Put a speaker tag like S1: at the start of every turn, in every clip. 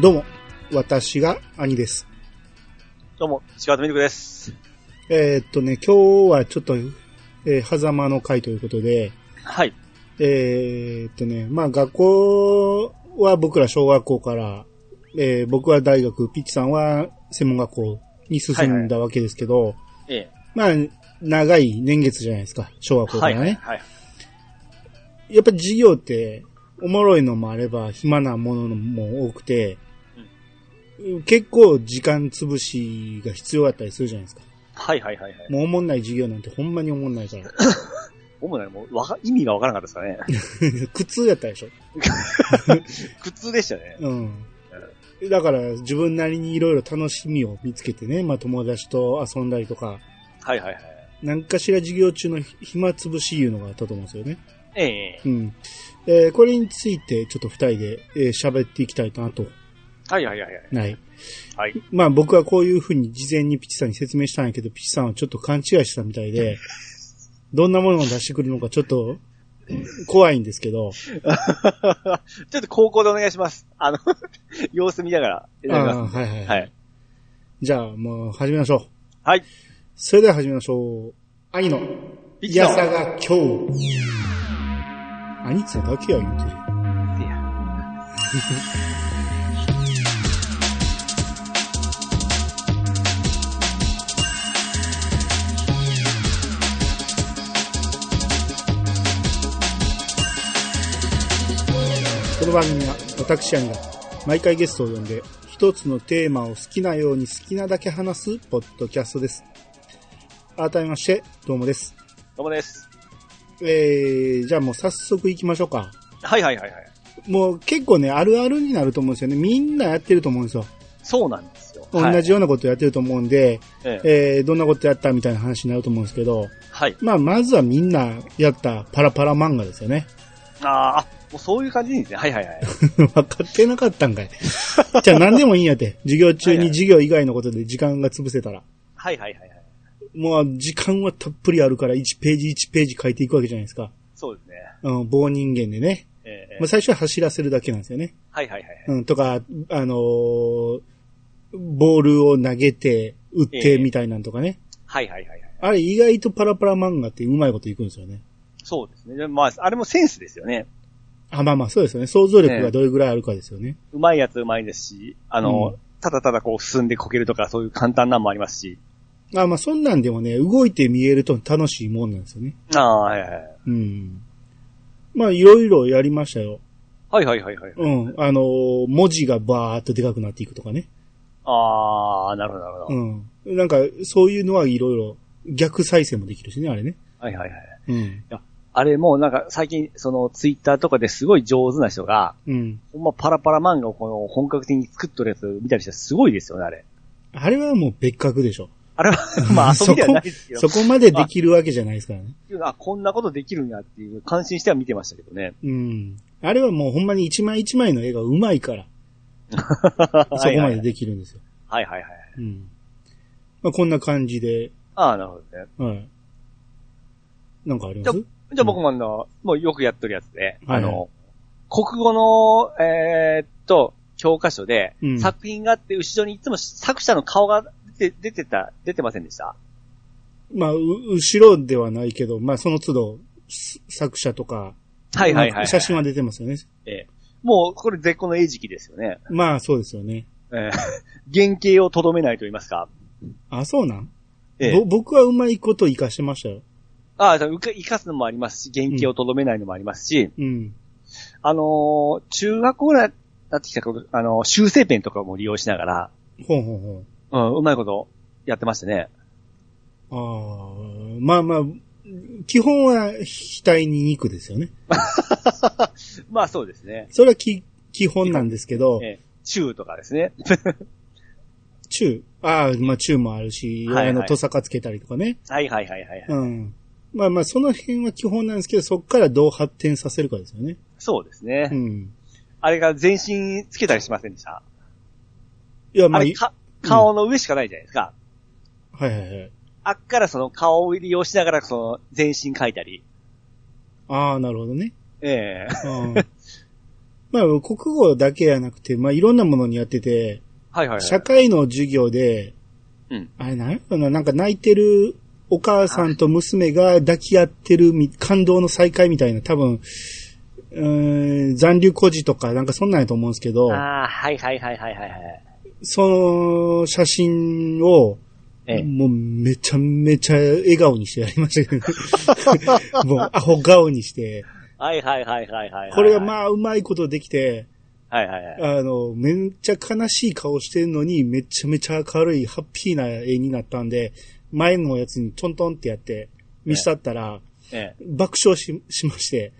S1: どうも、私が兄です。
S2: どうも、柴田ミルクです。
S1: えーっとね、今日はちょっと、えー、狭間の会ということで、
S2: はい。
S1: えーっとね、まあ学校は僕ら小学校から、えー僕は大学、ピッチさんは専門学校に進んだわけですけど、
S2: ええ。
S1: まあ、長い年月じゃないですか、小学校か
S2: はい。
S1: らね。
S2: はい。はい。
S1: やっぱ授業って、おもろいのもあれば、暇なものも多くて、結構時間潰しが必要だったりするじゃないですか。
S2: はい。はい。はい。はい
S1: もうおもんない授業なんてほんまにおもんないから。
S2: 主なにもう、わか、意味がわからなかったですかね。
S1: 苦痛やったでしょ。
S2: 苦痛でしたね。
S1: うん。だから自分なりにいろいろ楽しみを見つけてね、まあ友達と遊んだりとか、
S2: はい。はい。はい。
S1: なんかしら授業中の暇つぶしいうのがあったと思うんですよね。
S2: ええ。
S1: うん。えーこれについてちょっと二人でえー喋っていきたいなと。
S2: はい。はい。はい。
S1: ない。
S2: はい。
S1: まあ僕はこういうふうに事前にピチさんに説明したんやけど、ピチさんはちょっと勘違いしたみたいで、 どんなものを出してくるのかちょっと怖いんですけど、
S2: はい。ちょっと高校でお願いします。あの、 様子見ながら、い
S1: あ
S2: ただき
S1: あ
S2: ま
S1: はいはい。
S2: す。はい。
S1: じゃあもう始めましょう。
S2: はい。
S1: それでは始めましょう。兄の、
S2: ピ
S1: い
S2: チさ
S1: や
S2: ん
S1: さが今日。兄っつうだけや言うてる。
S2: いや
S1: この番組は私兄が毎回ゲストを呼んで一つのテーマを好きなように好きなだけ話すポッドキャストです。改めまして、どうもです。
S2: どうもです。
S1: えー、じゃあもう早速行きましょうか。
S2: はい。はい。はい。はい。
S1: もう結構ね、あるあるになると思うんですよね。みんなやってると思うんですよ。
S2: そうなんですよ。
S1: 同
S2: はい
S1: じようなことやってると思うんで、
S2: ええ。
S1: えー、どんなことやったみたいな話になると思うんですけど、
S2: はい。
S1: まあまずはみんなやったパラパラ漫画ですよね。
S2: ああ、あもうそういう感じでいいんですね。はい。はい。はい。
S1: 分かってなかったんかい。 じゃあ何でもいいんやって。授業中
S2: はい
S1: に
S2: はい
S1: 授業以外のことで時間が潰せたら。
S2: はい。はい。はい。はい。
S1: もう時間はたっぷりあるから1ページ1ページ書いていくわけじゃないですか。
S2: そうですね。
S1: うん、棒人間でね。
S2: ええええ
S1: まあ、。最初は走らせるだけなんですよね。
S2: はい。はい。はい。
S1: うん、とか、あのーボールを投げて、打っ
S2: え
S1: て
S2: え
S1: みたいなんとかね。
S2: はい。はい。はい。はい。
S1: あれ意外とパラパラ漫画ってうまいこといくんですよね。
S2: そうですね。でまあ、あれもセンスですよね。
S1: あ、まあまあそうですよね。想像力がどれぐらいあるかですよね。
S2: うまいやつうまいですし、あ
S1: う
S2: の、
S1: ん
S2: ただただこう進んでこけるとかそういう簡単なのもありますし。
S1: あまあそんなんでもね、動いて見えると楽しいもんなんですよね。
S2: ああ、はいはい。
S1: うん。まあいろいろやりましたよ。
S2: はいはいはいはい。
S1: うん。あのー文字がバーっとでかくなっていくとかね。
S2: ああ、なるほどなるほど。
S1: うん。なんか、そういうのはいろいろ逆再生もできるしね、あれね。
S2: はいはいはい。
S1: うん。
S2: あれもうなんか最近、そのツイッターとかですごい上手な人が、
S1: うん。
S2: ほんまパラパラ漫画をこの本格的に作っとるやつ見たりしたらすごいですよね、あれ。
S1: あれはもう別格でしょ。
S2: あれは、まあ遊びではないですけど
S1: そ、こまでできるわけじゃないですからね。
S2: あ、こんなことできるんだっていう感心しては見てましたけどね。
S1: うん。あれはもうほんまに一枚一枚の絵がうまいから、 そこまでできるんですよ。
S2: はいはいはい。
S1: うん。まあ、こんな感じで、
S2: ああ、なるほどね。
S1: はい。なんかあります
S2: じゃあ僕もあの、もうよくやってるやつで、
S1: はい
S2: あの、国語の、えーっと、教科書で、
S1: うん
S2: 作品があって、後ろにいつも作者の顔が出て出てた、出てませんでした
S1: まあ、う後ろではないけど、まあ、その都度、す作者とか、
S2: はいはいはい。
S1: 写真は出てますよね。
S2: ええもう、これ絶好の餌食ですよね。
S1: まあ、そうですよね。
S2: ええ原型をとどめないと言いますか。
S1: あ、そうなん、
S2: え
S1: ぼ
S2: え、
S1: 僕はうまいこと活かしてましたよ。
S2: ああ、そううか生かすのもありますし、原型をとどめないのもありますし、
S1: うん。
S2: あのー中学校ぐらいになってきた頃、あのー修正ペンとかも利用しながら、
S1: ほうほうほう。
S2: うん、うまいことやってましたね。
S1: ああ、まあまあ、基本は額に肉ですよね。
S2: まあそうですね。
S1: それはき基本なんですけど、
S2: ええ、中とかですね。
S1: 中、ああ、まあ中もあるし、
S2: はいはい
S1: あの、トサカつけたりとかね。
S2: はいはいはいはい。はい
S1: うん。まあまあ、その辺は基本なんですけど、そこからどう発展させるかですよね。
S2: そうですね、
S1: うん。
S2: あれが全身つけたりしませんでした。
S1: いや、ま
S2: あ
S1: あ、
S2: れ
S1: い
S2: か、顔の上しかないじゃないですか。
S1: はいはいはい。
S2: あっからその顔を利用しながらその全身描いたり。
S1: ああ、なるほどね。
S2: ええ
S1: うん まあ、国語だけやなくて、まあ、いろんなものにやってて、
S2: はいはいはい。
S1: 社会の授業で、
S2: うん
S1: あれ、なんやろな、なんか泣いてるお母さんと娘が抱き合ってるみ、感動の再会みたいな、多分、うーん、残留孤児とか、なんかそんなんやと思うんですけど、
S2: ああ、はいはいはいはいはいはい。
S1: その写真を、
S2: ええ。
S1: もうめちゃめちゃ笑顔にしてやりましたけど ね、もうアホ顔にして、
S2: はいはいはいはいはい。
S1: これが
S2: あ。
S1: まあうまいことできて、
S2: はいはいはい。
S1: あの、めっちゃ悲しい顔してるのに、めちゃめちゃ明るい、ハッピーな絵になったんで、前のやつにトントンってやって、見したったら、
S2: え
S1: 爆笑し、しま して、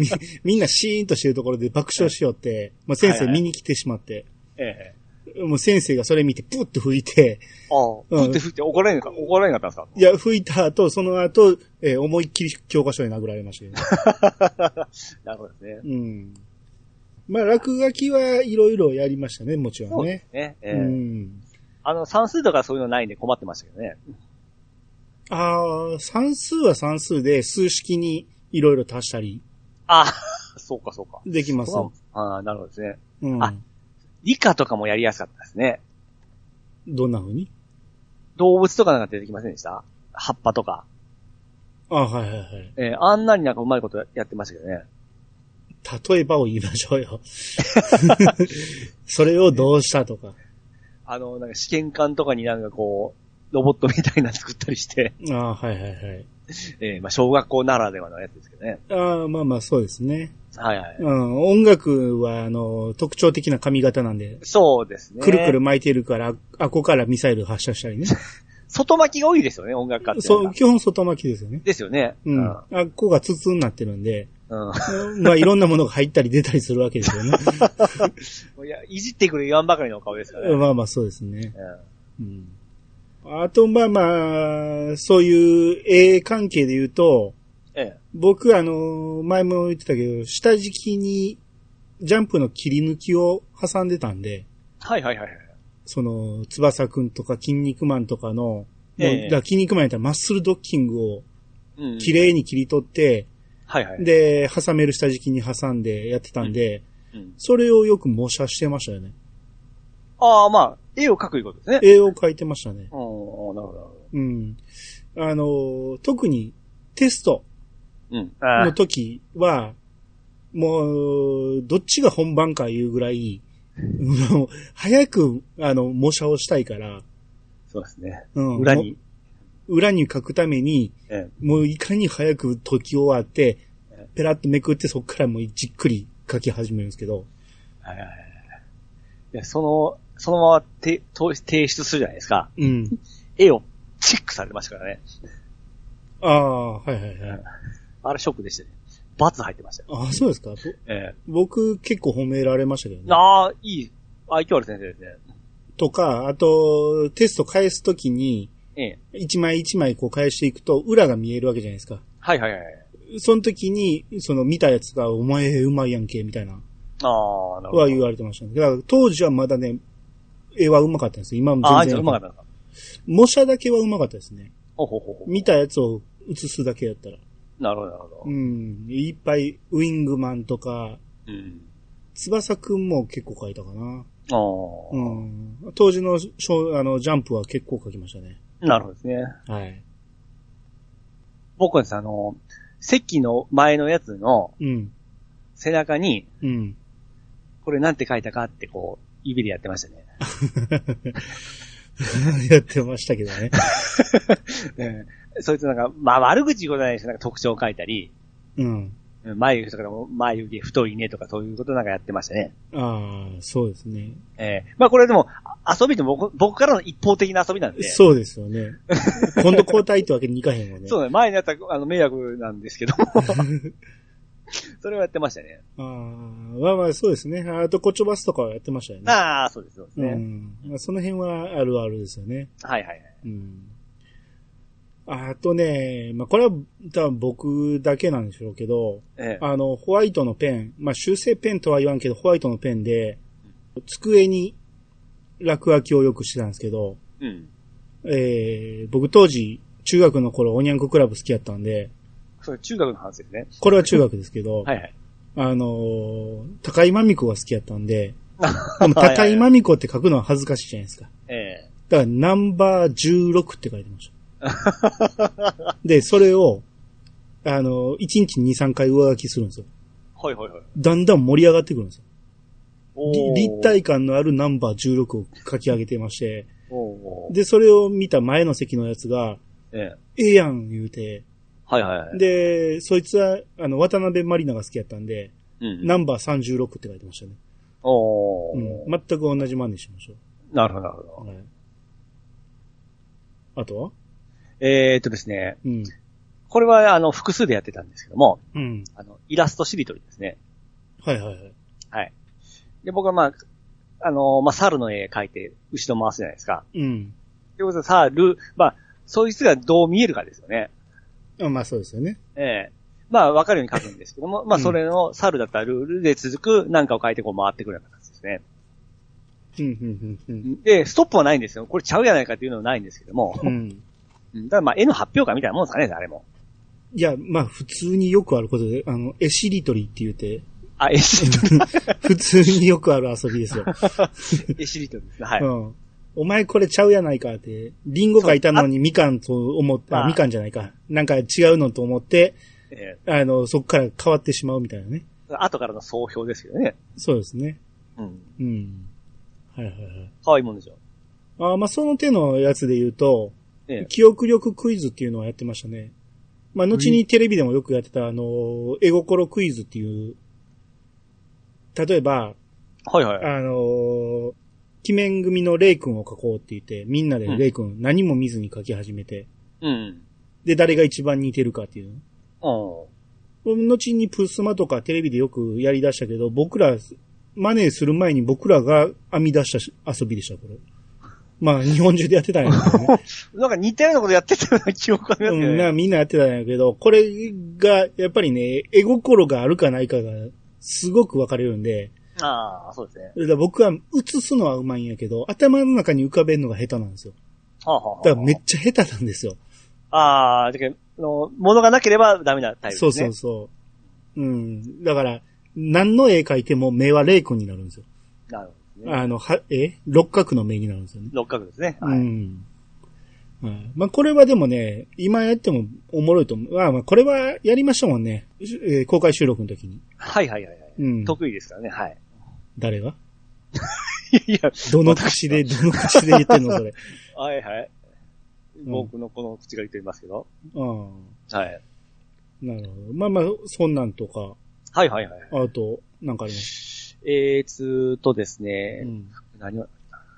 S1: みみんなシーンとしてるところで爆笑しよって、まあ、先
S2: はい
S1: 生
S2: はい
S1: 見に来てしまって、
S2: え。ええ。
S1: もう先生がそれ見て、プッと吹いて、
S2: ああ、ふってふって怒られなかった、怒られなかったんで
S1: いや、吹いた後、その後、えー思いっきり教科書に殴られましたけど。
S2: すかな るほどですね。
S1: うん。まあ、落書きはいろいろやりましたね、もちろ
S2: そ
S1: ん
S2: う
S1: ね
S2: で。すね。ええ
S1: うん。
S2: あの、算数とかそういうのないんで困ってましたけどね。
S1: ああ、算数は算数で数式にいろいろ足したり
S2: ああ、そうかそうか。
S1: できます。
S2: ああ、なるほどですね。
S1: うん。
S2: あ理科とかもやりやすかったですね。
S1: どんな風に
S2: 動物とかなんか出てきませんでした葉っぱとか。
S1: ああはいはいはい。
S2: ええあんなになんかうまいことやってましたけどね。
S1: 例えばを言いましょう よ。それをどうしたとか。
S2: あの、なんか試験管とかになんかこう、ロボットみたいなの作ったりして、
S1: ああ、はいはいはい。
S2: ええまあ小学校ならではのやつですけどね。
S1: ああ、まあまあそうですね。
S2: はいはい。
S1: うん、音楽は、あの、特徴的な髪型なんで、
S2: そうですね。
S1: くるくる巻いてるから、あこからミサイル発射した りね。
S2: 外巻きが多いですよね、音楽家って。
S1: そう、。基本外巻きですよね。
S2: ですよね。
S1: うん。
S2: うん
S1: あっこが筒になってるんで、
S2: うん
S1: うんまあいろんなものが入ったり出たりするわけですよね。
S2: いや、いじってくる言わんばかりのお顔ですからね。
S1: まあまあそうですね。
S2: うん
S1: うん。あと、まあまあ、そういう絵関係で言うと、
S2: ええ。
S1: 僕、あの、前も言ってたけど、下敷きにジャンプの切り抜きを挟んでたんで、
S2: はいはいはいはい。
S1: その、翼くんとか筋肉マンとかの、
S2: ええ
S1: だから筋肉マンやったらマッスルドッキングを
S2: うん
S1: 綺。麗に切り取って、
S2: はいはい。
S1: で、挟める下敷きに挟んでやってたんで、
S2: うん
S1: それをよく模写してましたよね。
S2: ああ、まあ、絵を描くいうことですね。
S1: 絵を描いてましたね。
S2: うん、うんなるほどなるほ
S1: うん。あの、特にテスト
S2: ど。うん。あ
S1: の
S2: あ、
S1: 時は、もう、どっちが本番かいうぐらい、もう早く、あの、模写をしたいから、
S2: そうですね。
S1: うん
S2: 裏に。
S1: 裏に書くために、
S2: ええ
S1: もういかに早く解き終わって
S2: え、
S1: ペラッとめくってそっからもうじっくり書き始めるんですけど、
S2: はいはいはいはい。いや、その、そのままてと提出するじゃないですか。
S1: うん。
S2: 絵をチェックされましたからね。
S1: ああ、はいはいはい。
S2: あれショックでしたね。バツ入ってましたよ。
S1: ああ、そうですか。ぼ
S2: え
S1: 僕結構褒められましたけど
S2: え
S1: ね。
S2: ああ、いい、愛嬌ある先生ですね。
S1: とか、あと、テスト返すときに、
S2: ええ。
S1: 一枚一枚こう返していくと、裏が見えるわけじゃないですか。
S2: はいはいはい。
S1: その時に、その見たやつが、お前うまいやんけ、みたいな、
S2: ああ、なるほ
S1: は言
S2: ど。
S1: われてましたね。だから当時はまだね、絵はうまかったんですよ。今も
S2: ああ、あい
S1: 全
S2: つ
S1: 然。
S2: うまかったのか。
S1: 模写だけはうまかったですね。
S2: ほうほうほうほう。
S1: 見たやつを写すだけだったら。
S2: なるほど、なるほど
S1: う。ん。いっぱい、ウィングマンとか、
S2: うん。
S1: 翼くんも結構描いたかな。
S2: ああ、
S1: うん。当時の、ショーあの、ジャンプは結構描きましたね。
S2: なるほどですね。
S1: はい。
S2: 僕はですねあの、席の前のやつの
S1: うん。
S2: 背中に、
S1: うん。
S2: これなんて書いたかってこう、指でやってましたね。
S1: やってましたけどね。
S2: うんそいつなんか、まあ悪口言うことないですけどなんか特徴を書いたり、
S1: うん。
S2: うん眉毛とかでも眉毛太いねとかそういうことなんかやってましたね。
S1: ああ、そうですね。
S2: ええまあこれでも、あ遊びでも僕僕からの一方的な遊びなんで。
S1: そうですよ ね。今度交代ってわけにいかへんもんね。
S2: そうね、前にやったらあの迷惑なんです けども。それをやってましたね。
S1: あーまあまあ、そうですね。あと、コチョバスとかはやってましたよね。
S2: ああ、そうです、そうです
S1: う
S2: ね。
S1: ん。まあその辺はあるあるですよね。
S2: はいはいはい。
S1: うん。あとね、まあ、これは多分僕だけなんでしょうけど、
S2: ええ
S1: あの、ホワイトのペン、まあ、修正ペンとは言わんけど、ホワイトのペンで、机に落書きをよくしてたんですけど、
S2: うん。
S1: えー、僕当時、中学の頃、おにゃんこクラブ好きやったんで、
S2: それ中学の話ですね。
S1: これは中学ですけど、
S2: はいはい。
S1: あのー高井真美子が好きやったんで、でも高井 真美子って書くのは恥ずかしいじゃないですか。
S2: ええ。
S1: だからナンバー16って書いてま した。で、それを、あのー、1日2、3回上書きするんですよ。
S2: はいはいはい。
S1: だんだん盛り上がってくるんですよ。
S2: お
S1: り
S2: ー
S1: 立体感のあるナンバー16を書き上げてまして、
S2: おーおー
S1: で、それを見た前の席のやつが、
S2: ええ。
S1: ええやん言うて、
S2: はいはいはい。
S1: で、そいつは、あの、渡辺マリナが好きやったんで、
S2: うん
S1: ナンバー36って書いてましたね。
S2: お
S1: う
S2: ー
S1: ん。全く同じ真似しましょ
S2: なるほどなるほど
S1: う。。はい。あとは
S2: えーっとですね。
S1: うん。
S2: これは、あの、複数でやってたんですけども、
S1: うん。
S2: あの、イラストしりとりですね。
S1: はいはいはい。
S2: はい。で、僕はまあ、あの、まあ、猿の絵描いて、後ろ回すじゃないですか。
S1: うん。
S2: ということで、猿、まあ、そいつがどう見えるかですよね。
S1: あまあそうですよね。
S2: ええまあ、わかるように描くんですけども、まあ、
S1: うん
S2: それの猿だったらルールで続く何かを描いてこう回ってくるような形ですね。
S1: うん、うん、うん、
S2: で、ストップはないんですよ。これちゃうやないかっていうのはないんですけども。
S1: うん。うん。
S2: うんただまあ、絵の発表会みたいなもんですかね、あれも。
S1: いや、まあ普通によくあることで、あの、絵しりとりって言って、
S2: あ、絵しりとり。
S1: 普通によくある遊びですよ。
S2: 絵しりとりですね。はい。
S1: うん。お前これちゃうやないかって、リンゴがいたのにみかんと思って、
S2: ま
S1: あ、
S2: あ
S1: みかんじゃないか。なんか違うのと思って、
S2: え
S1: あの、そこから変わってしまうみたいなね。
S2: え後からの総評ですけどね。
S1: そうですね。
S2: うん。
S1: うん。はいはいはい。
S2: 可愛いもんでしょ。
S1: あーまあ、その手のやつで言うと、
S2: ええ
S1: 記憶力クイズっていうのはやってましたね。まあ、後にテレビでもよくやってた、あの、絵心クイズっていう、例えば、
S2: はいはい。
S1: あの、鬼面組のレイ君を描こうって言って、みんなでレイ君何も見ずに描き始めて、
S2: うん。
S1: で、誰が一番似てるかっていう。
S2: うん。
S1: 後にプスマとかテレビでよくやり出したけど、僕ら、マネーする前に僕らが編み出したし遊びでした、これ。まあ、日本中でやってたんやけどね。
S2: なんか似たようなことやってたような記憶があります
S1: うん、
S2: ね。
S1: なみんなやってたんやけど、これが、やっぱりね、絵心があるかないかが、すごく分かれるんで、
S2: ああ、そうですね。
S1: だから僕は映すのはうまいんやけど、頭の中に浮かべるのが下手なんですよ。
S2: はあ、はあはあ、
S1: だからめっちゃ下手なんですよ。
S2: ああ、だけど、あの、ものがなければダメなタイプです
S1: そう
S2: ね。
S1: そうそう。うん。だから、何の絵描いても目はレイ君になるんですよ。
S2: なるほどね。
S1: あの、は、え六角の目になるんですよね。
S2: 六角ですね。
S1: う
S2: はい。
S1: ん。はいまあ、これはでもね、今やってもおもろいと思う。まあ、まあ、これはやりましたもんね。えー公開収録の時に。
S2: はいはいはいはい。
S1: うん。
S2: 得意ですからね、はい。
S1: 誰が
S2: いや、
S1: どの口 で、どの口で言ってんの、それ。
S2: はいはい。
S1: ん
S2: 僕のこの口が言っていますけど。
S1: うん。
S2: はい。
S1: なるほど。まあまあ、そんなんとか、
S2: はいはいはい。
S1: あと、なんかあります。
S2: えーつーとです
S1: う
S2: ね、
S1: ん。
S2: 何を、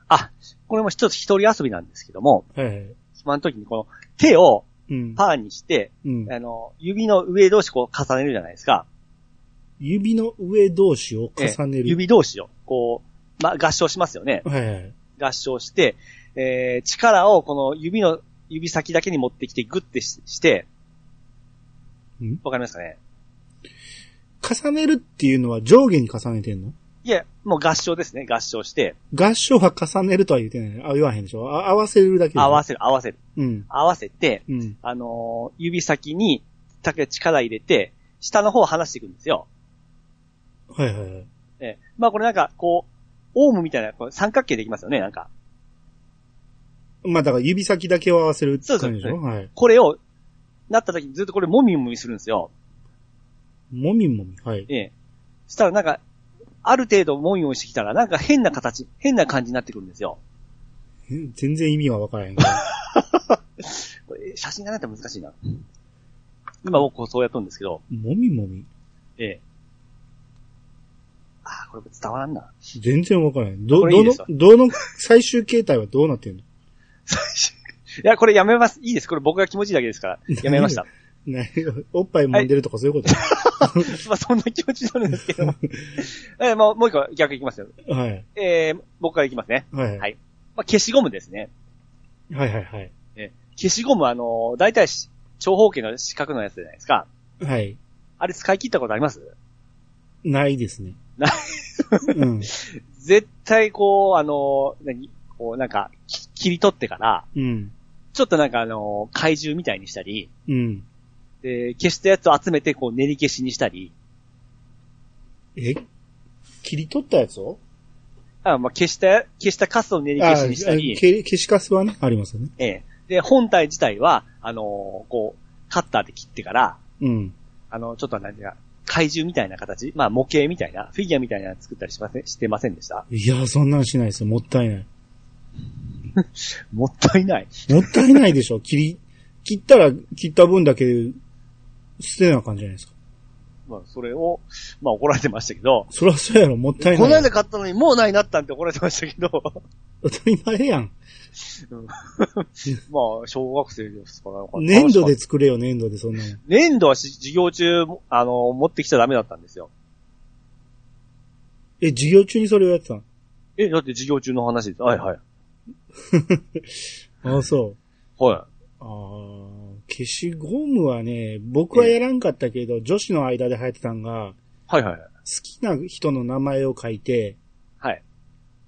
S2: あ、これも一つ一人遊びなんですけども、
S1: はいはい。
S2: 暇の時にこの手を
S1: うん。
S2: パーにして、
S1: うん。
S2: あの、指の上同士こう重ねるじゃないですか。
S1: 指の上同士を重ね
S2: ええ
S1: る。
S2: 指同士を、こう、ま、合掌しますよね。
S1: はいはい。
S2: 合掌して、えー、力をこの指の、指先だけに持ってきてグッてしして
S1: ん、
S2: わかりますかね
S1: 重ねるっていうのは上下に重ねてんの
S2: いや、もう合掌ですね。合掌して、
S1: 合唱は重ねるとは言ってない。あ、言わへんでしょあ合わせるだけでしょ
S2: 合わせる、合わせる。
S1: うん。
S2: 合わせて、
S1: うん。
S2: あのー指先にだけ力入れて、下の方を離していくんですよ。
S1: はいはいはい。
S2: えー、まあこれなんか、こう、オウムみたいな、こう三角形できますよね、なんか。
S1: まあだから指先だけを合わせるって感じでし
S2: そうそ
S1: ょはい。
S2: これを、なった時にずっとこれもみもみするんですよ。
S1: もみもみ。はい。
S2: ええ。そしたらなんか、ある程度もみもみしてきたら、なんか変な形、変な感じになってくるんですよ。
S1: え全然意味はわからへんけど。
S2: これ写真がないと難しいな。今僕こうそうやっとるんですけど、
S1: もみもみ
S2: ええ。ああ、これ伝わらんな。
S1: 全然わからへん。ど、
S2: これい
S1: ど
S2: いで
S1: の
S2: すわ、
S1: どの最終形態はどうなってんの
S2: いや、これやめます。いいです。これ僕が気持ちいいだけですから。やめました。
S1: なおっぱい揉んでるとかそういうこと、
S2: まあ、そんな気持ちになるんですけ ど。ええ、もう、もう一個逆いきますよ。
S1: はい、
S2: ええ、僕からいきますね。
S1: はい。は。
S2: はいいまあ、消しゴムですね。
S1: はいはいはい。
S2: ええ消しゴムはあのー、大体し長方形の四角のやつじゃないですか。
S1: はい。
S2: あれ使い切ったことあります
S1: ないですね。
S2: ない
S1: うん。
S2: 絶対こう、あの、何こうなんか、き切り取ってから、
S1: うん。
S2: ちょっとなんかあの、怪獣みたいにしたり、
S1: うん。
S2: で、消したやつを集めてこう練り消しにしたり、
S1: え切り取ったやつを
S2: あまあ、消した、消したカスを練り消しにしたり、
S1: け消しカスはね、ありますよね。
S2: ええ。で、本体自体は、あのーこう、カッターで切ってから、
S1: うん。
S2: あの、ちょっと何ていうか、怪獣みたいな形、まあ模型みたいな、フィギュアみたいなの作ったりしません、してませんでした
S1: いや、そんなんしないですよ。もったいない。
S2: もったいない。
S1: もったいないでしょ。 切り、切ったら、切った分だけ捨てなあかんじゃないですか。
S2: まあそれを、まあ怒られてましたけど、
S1: そりゃそうやろ、もったいない。
S2: この間買ったのにもうないなったんって怒られてましたけど、
S1: 当たり前やん。
S2: うんまあ小学生ですから、
S1: 粘土で作れよ、粘土で、そんなの。
S2: 粘土はし授業中、あの、持ってきちゃダメだったんですよ。
S1: え、授業中にそれをやってたの
S2: え、だって授業中の話です。はいはい。
S1: ああ、そう。
S2: は
S1: ああ、消しゴムはね、僕はやらんかったけど、女子の間で流行ってたんが、
S2: い。はいはい。
S1: 好きな人の名前を書いて、
S2: はい。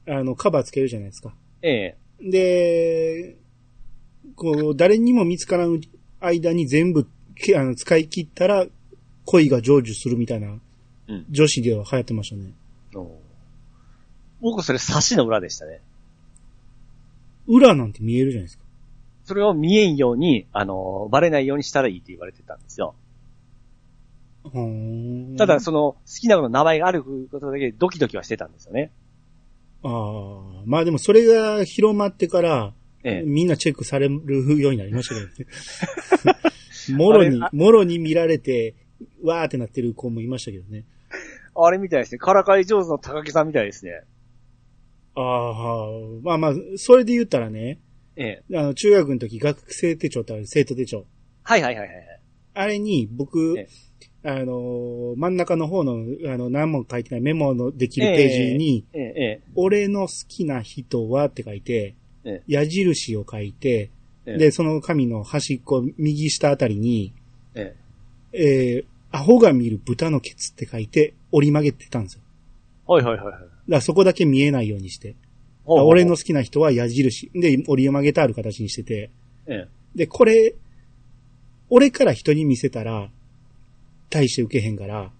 S1: あの、カバーつけるじゃないですか。
S2: ええ
S1: で、こう、誰にも見つからん間に全部、けあの使い切ったら、恋が成就するみたいな
S2: うん、
S1: 女子では流行ってましたね。
S2: お僕それ差しの裏でしたね。
S1: 裏なんて見えるじゃないですか。
S2: それを見えんように、あの、バレないようにしたらいいって言われてたんですよ。
S1: ほーん
S2: ただ、、その、好きな子の名前があることだけでドキドキはしてたんですよね。
S1: ああ、まあでもそれが広まってから、
S2: ええ。
S1: みんなチェックされるようになりましたけ どね。もろに
S2: あれあ、
S1: もろに見られて、わーってなってる子もいましたけどね。
S2: あれみたいですね。からかい上手の高木さんみたいですね。
S1: ああ、まあまあ、それで言ったらね、
S2: ええ。
S1: あの、中学の時学生手帳ってある生徒手帳。
S2: はいはいはいはいはい。
S1: あれに僕
S2: え、
S1: あの、真ん中の方の、あの、何も書いてないメモのできるページに、
S2: ええ、え
S1: 俺の好きな人はって書いて
S2: え、
S1: 矢印を書いて、
S2: え。
S1: で、、その紙の端っこ、右下あたりに、
S2: ええ。
S1: えー、アホが見る豚のケツって書いて折り曲げてたんですよ。
S2: はいはいはいはい。
S1: だからそこだけ見えないようにして。
S2: ほうほう
S1: 俺の。好きな人は矢印。で、折り曲げてある形にしてて。
S2: ええ。
S1: で、これ、俺から人に見せたら、大して受けへんから、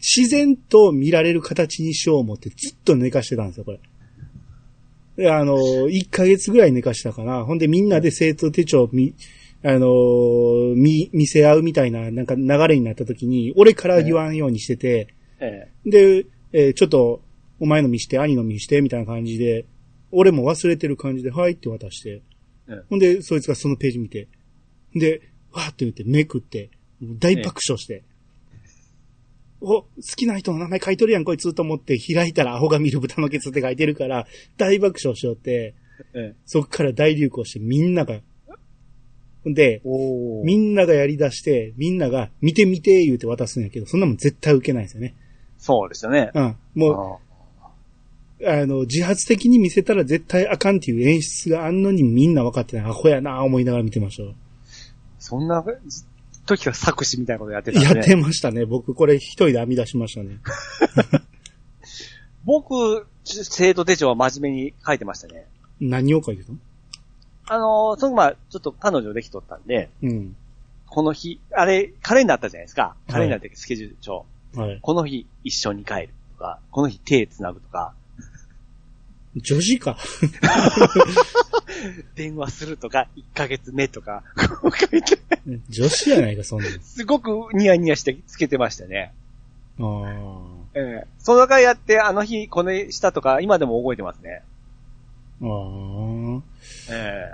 S1: 自然と見られる形にしよう思ってずっと寝かしてたんですよ、これ。で、あの、1ヶ月ぐらい寝かしたかな。ほんでみんなで生徒手帳見、あの、見、見せ合うみたいな、なんか流れになった時に、俺から言わんようにしてて、
S2: え
S1: で、えーちょっと、お前の見して、兄の見して、みたいな感じで、俺も忘れてる感じで、はいって渡して
S2: うん。
S1: ほんで、そいつがそのページ見て。で、わーって言って、めくって、もう大爆笑して。お、好きな人の名前書いとるやん、こいつと思って開いたらアホが見る豚のケツって書いてるから、大爆笑しよって、
S2: え。ええ。
S1: そっから大流行してみんなが、ほんで、
S2: お
S1: みんながやり出して、みんなが見て見て言うて渡すんやけど、そんなもん絶対受けないですよね。
S2: そうですよね。
S1: うん。もう、
S2: ああ
S1: あの、自発的に見せたら絶対あかんっていう演出があんのにみんな分かってない。アホやなぁ思いながら見てましたよ。
S2: そんな時が作詞みたいなことやってたんです
S1: や
S2: ね。
S1: ってましたね。僕、これ一人で編み出しましたね。
S2: 僕、生徒手帳は真面目に書いてましたね。
S1: 何を書いてたの
S2: あのーそのまあちょっと彼女できとったんで、
S1: うん。
S2: この日、あれ、カレンダーあったじゃないですか。カレンダーってスケジュール帳。
S1: はい。
S2: この日一緒に帰るとか、この日手繋ぐとか、
S1: 女児か。
S2: 電話するとか、1ヶ月目とか、こう書いて、
S1: 女子やないか、そんな
S2: すごくニヤニヤしてつけてましたね。
S1: の。
S2: ええその中やって、あの日これしたとか、今でも覚えてますね。
S1: あー
S2: え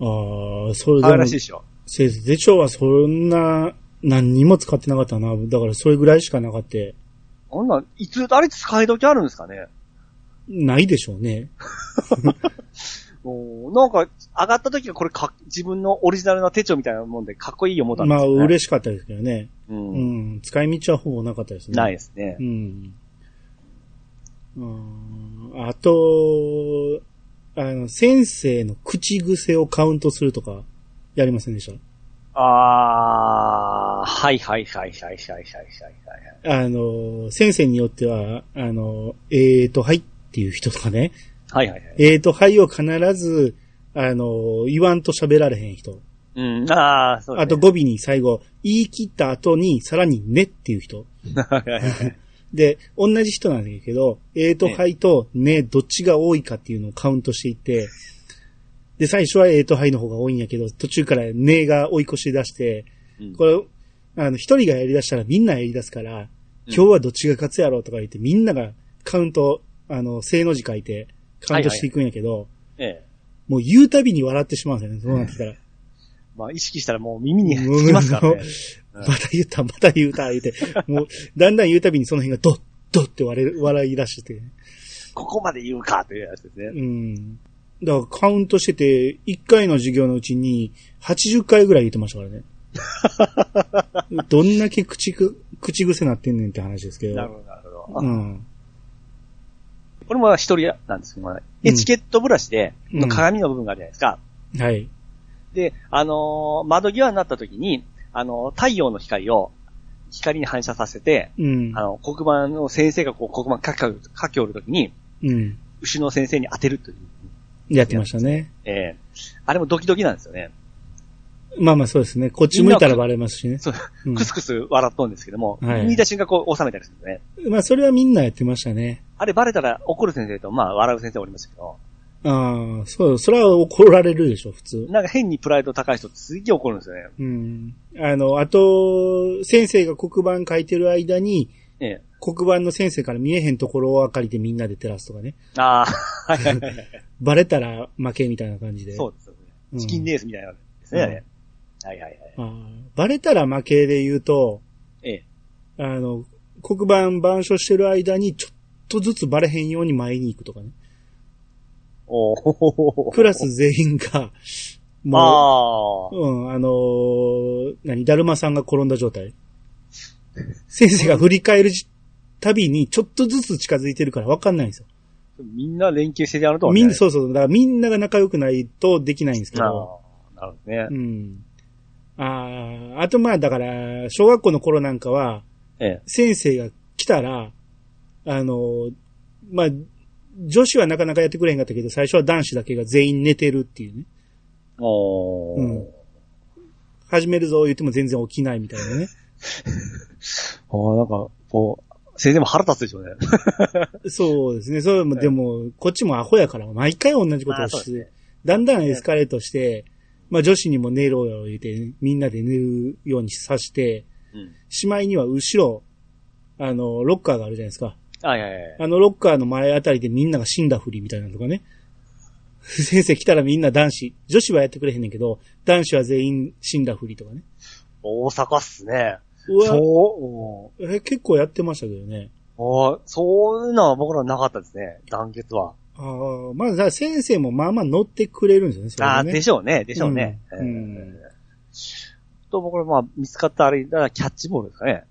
S1: あー。ああ、それで
S2: え可愛
S1: も
S2: らしい、でしょ。
S1: 先生、手帳はそんな、何にも使ってなかったな。だからそれぐらいしかなかった。
S2: あんなん、いつ、あれ使い時あるんですかね
S1: ないでしょうね。
S2: おーなんか、上がった時はこれか、自分のオリジナルな手帳みたいなもんで、かっこいい思ったんで
S1: ますあ、
S2: よ、ね。
S1: 嬉しかったですけどね。
S2: う。
S1: うんん。使い道はほぼなかったですね。
S2: ないですね
S1: う。ん。うんあと、あの、先生の口癖をカウントするとか、やりませんでし
S2: あー、はいはいはいはいはいはいはいは
S1: た
S2: い。
S1: あの、先生によっては、あの、えーと、はいっていう人とかね、
S2: はいはいはい。
S1: えーと、はいを必ず、あの、言わんと喋られへん人。
S2: うん、あー、そう
S1: あ
S2: です
S1: と
S2: ね。
S1: 語尾に最後、言い切った後に、さらにねっていう人。
S2: あと、はいはいはい
S1: で、同じ人なんだけど、A と
S2: ええ
S1: 灰とね、どっちが多いかっていうのをカウントしていって、で、最初は A と灰の方が多いんやけど、途中からねが追い越し出して、
S2: うん
S1: これ、あの、一人がやり出したらみんなやり出すから、今日はどっちが勝つやろうとか言って、みんながカウント、あの、正の字書いて、カウントしていくんやけど、
S2: ええ。
S1: もう言うたびに笑ってしまうんですよね、そうなってきたら。
S2: まあ、意識したらもう耳につきますからね。
S1: また言った、また言うた、言うて、もう、だんだん言うたびにその辺がドッ、ドッって笑い笑い出してて。
S2: ここまで言うかというやつですね。
S1: うん。だからカウントしてて、1回の授業のうちに、80回ぐらい言ってましたから ね。どんだけ口く、口癖なってんねんって話ですけど。
S2: なるほど、なるほど。
S1: うん。
S2: これも一人なんですけど、エチケットブラシで、
S1: うん
S2: 鏡の部分があるじゃないですか。
S1: はい。
S2: で、あのー窓際になった時に、あのー太陽の光を光に反射させて、
S1: うん。
S2: あの、黒板の先生がこう黒板書き書きおる時に、
S1: うん。
S2: 後ろの先生に当てるという。
S1: やってましたね。
S2: ええあれもドキドキなんですよね。
S1: まあまあそうですね。こっち向いたらバレますしね。
S2: そう、
S1: うん
S2: クスクス笑っとんですけども、
S1: はい
S2: 見出しがこう収めたりするんですね。
S1: まあそれはみんなやってましたね。
S2: あれバレたら怒る先生と、まあ笑う先生おりますけど、
S1: ああ、そう、それは怒られるでしょ、普通。
S2: なんか変にプライド高い人ってすっげえ怒るんですよね。
S1: うん。あの、あと、先生が黒板書いてる間に、
S2: ええ
S1: 黒板の先生から見えへんところを明かりでみんなで照らすとかね。
S2: ああ、はいは いはいはい。
S1: バレたら負けみたいな感じで。
S2: そううですよ
S1: うん
S2: ね。チキンレースみたいなのですね、
S1: うん
S2: あれはいはいはい。
S1: あーバレたら負けで言うと、
S2: ええ。
S1: あの、黒板板書してる間にちょっとずつバレへんように前に行くとかね。
S2: おー
S1: クラス全員が、も
S2: あ
S1: う、うん、あのー何、だるまさんが転んだ状態。先生が振り返るじたびにちょっとずつ近づいてるから分かんないんですよ
S2: あ、みんな連携してやるとはね
S1: みん、そうそう。だからみんなが仲良くないとできないんですけ
S2: ああ
S1: ど。
S2: なるほどね
S1: う。ん。ああ、あとまあだから、小学校の頃なんかは、
S2: ええ。
S1: 先生が来たら、あの、まあ、女子はなかなかやってくれへんかったけど、最初は男子だけが全員寝てるっていうね。
S2: おー
S1: うん始めるぞ言っても全然起きないみたい なね。
S2: ああ、なんか、こう、先生も腹立つでしょうね。
S1: そうですね。それも、
S2: はい
S1: でも、こっちもアホやから、毎回同じこと
S2: ま
S1: を
S2: あそう
S1: して、
S2: ですね
S1: だんだんエスカレートして、まあ女子にも寝ろよ言って、みんなで寝るようにさして、
S2: うん。
S1: しまいには後ろ、あの、ロッカーがあるじゃないですか。
S2: あいやいやいや。
S1: あのロッカーの前あたりでみんなが死んだふりみたいなのとかね。 先生来たらみんな男子、女子はやってくれへんねんけど、男子は全員死んだふりとかね。
S2: 大阪っすね。
S1: う
S2: そう
S1: わ、
S2: おー
S1: え結構やってましたけどね。
S2: おーそういうのは僕らなかったですね。団結は。
S1: ああ、まあ、だから先生もまあまあ乗ってくれるんですよね、それ
S2: あ
S1: は
S2: あ、
S1: ね。
S2: でしょうね。でしょうね。
S1: うん
S2: えー
S1: うん
S2: と、僕らまあ、見つかったあれ、だからキャッチボールですかね。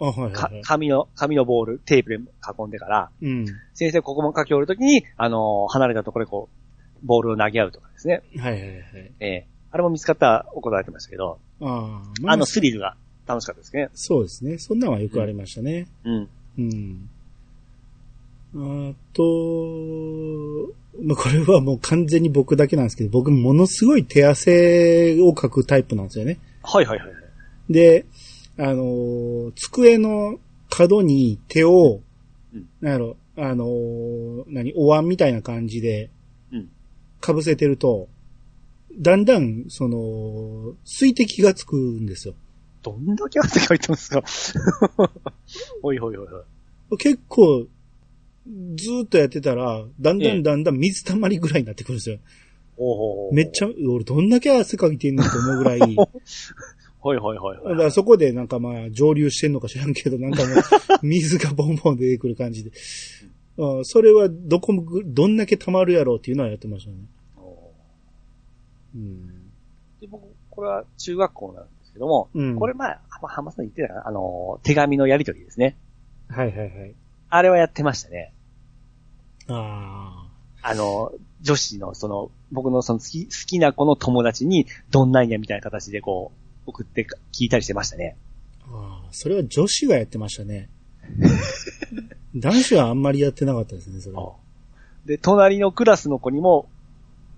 S1: あはいは
S2: か
S1: いはい。
S2: 紙の、紙のボール、テープで囲んでから、
S1: うん。
S2: 先生ここも書きおるときに、あのー離れたところでこう、ボールを投げ合うとかですね。
S1: はいはいはい。
S2: ええあれも見つかったら行われてましたけど、
S1: ああ、ま
S2: あ
S1: あ
S2: の、スリルが楽しかったですね。
S1: そうですね。そんなんはよくありましたね。
S2: うん。
S1: うん。あと、まあ、これはもう完全に僕だけなんですけど、僕ものすごい手汗をかくタイプなんですよね。
S2: はいはいはい。
S1: で、あのー机の角に手を、
S2: うん
S1: なんやろ、あのー何、お椀みたいな感じで
S2: うん、
S1: かぶせてると、だんだん、その、水滴がつくんですよ。
S2: どんだけ汗かいてますか おいおいおいおい。
S1: 結構、ずーっとやってたら、だんだ
S2: ええ
S1: んだんだん水たまりぐらいになってくるんですよ。
S2: おお
S1: めっち
S2: ゃ。
S1: ゃ、俺どんだけ汗かいてんのと思うぐらい。 だ
S2: はいはいはいはい。
S1: からそこでなんかまあ蒸留してんのか知らんけど、なんかもう水がボンボン出てくる感じで。あそれはどこもぐ、どんだけ溜まるやろうっていうのはやってましたね。
S2: お
S1: うん。
S2: ーで僕、これは中学校なんですけども、
S1: うん
S2: これ前、まあ、浜さん言ってたかなあのー、手紙のやりとりですね。
S1: はいはいはい。
S2: あれはやってましたね。
S1: あ
S2: あのー、女子のその、僕のその好き好きな子の友達に、どんなんやみたいな形でこう、送って聞いたりしてましたね。
S1: ーあー。それは女子がやってました ね。男子はあんまりやってなかったですね、それは。
S2: で、隣のクラスの子にも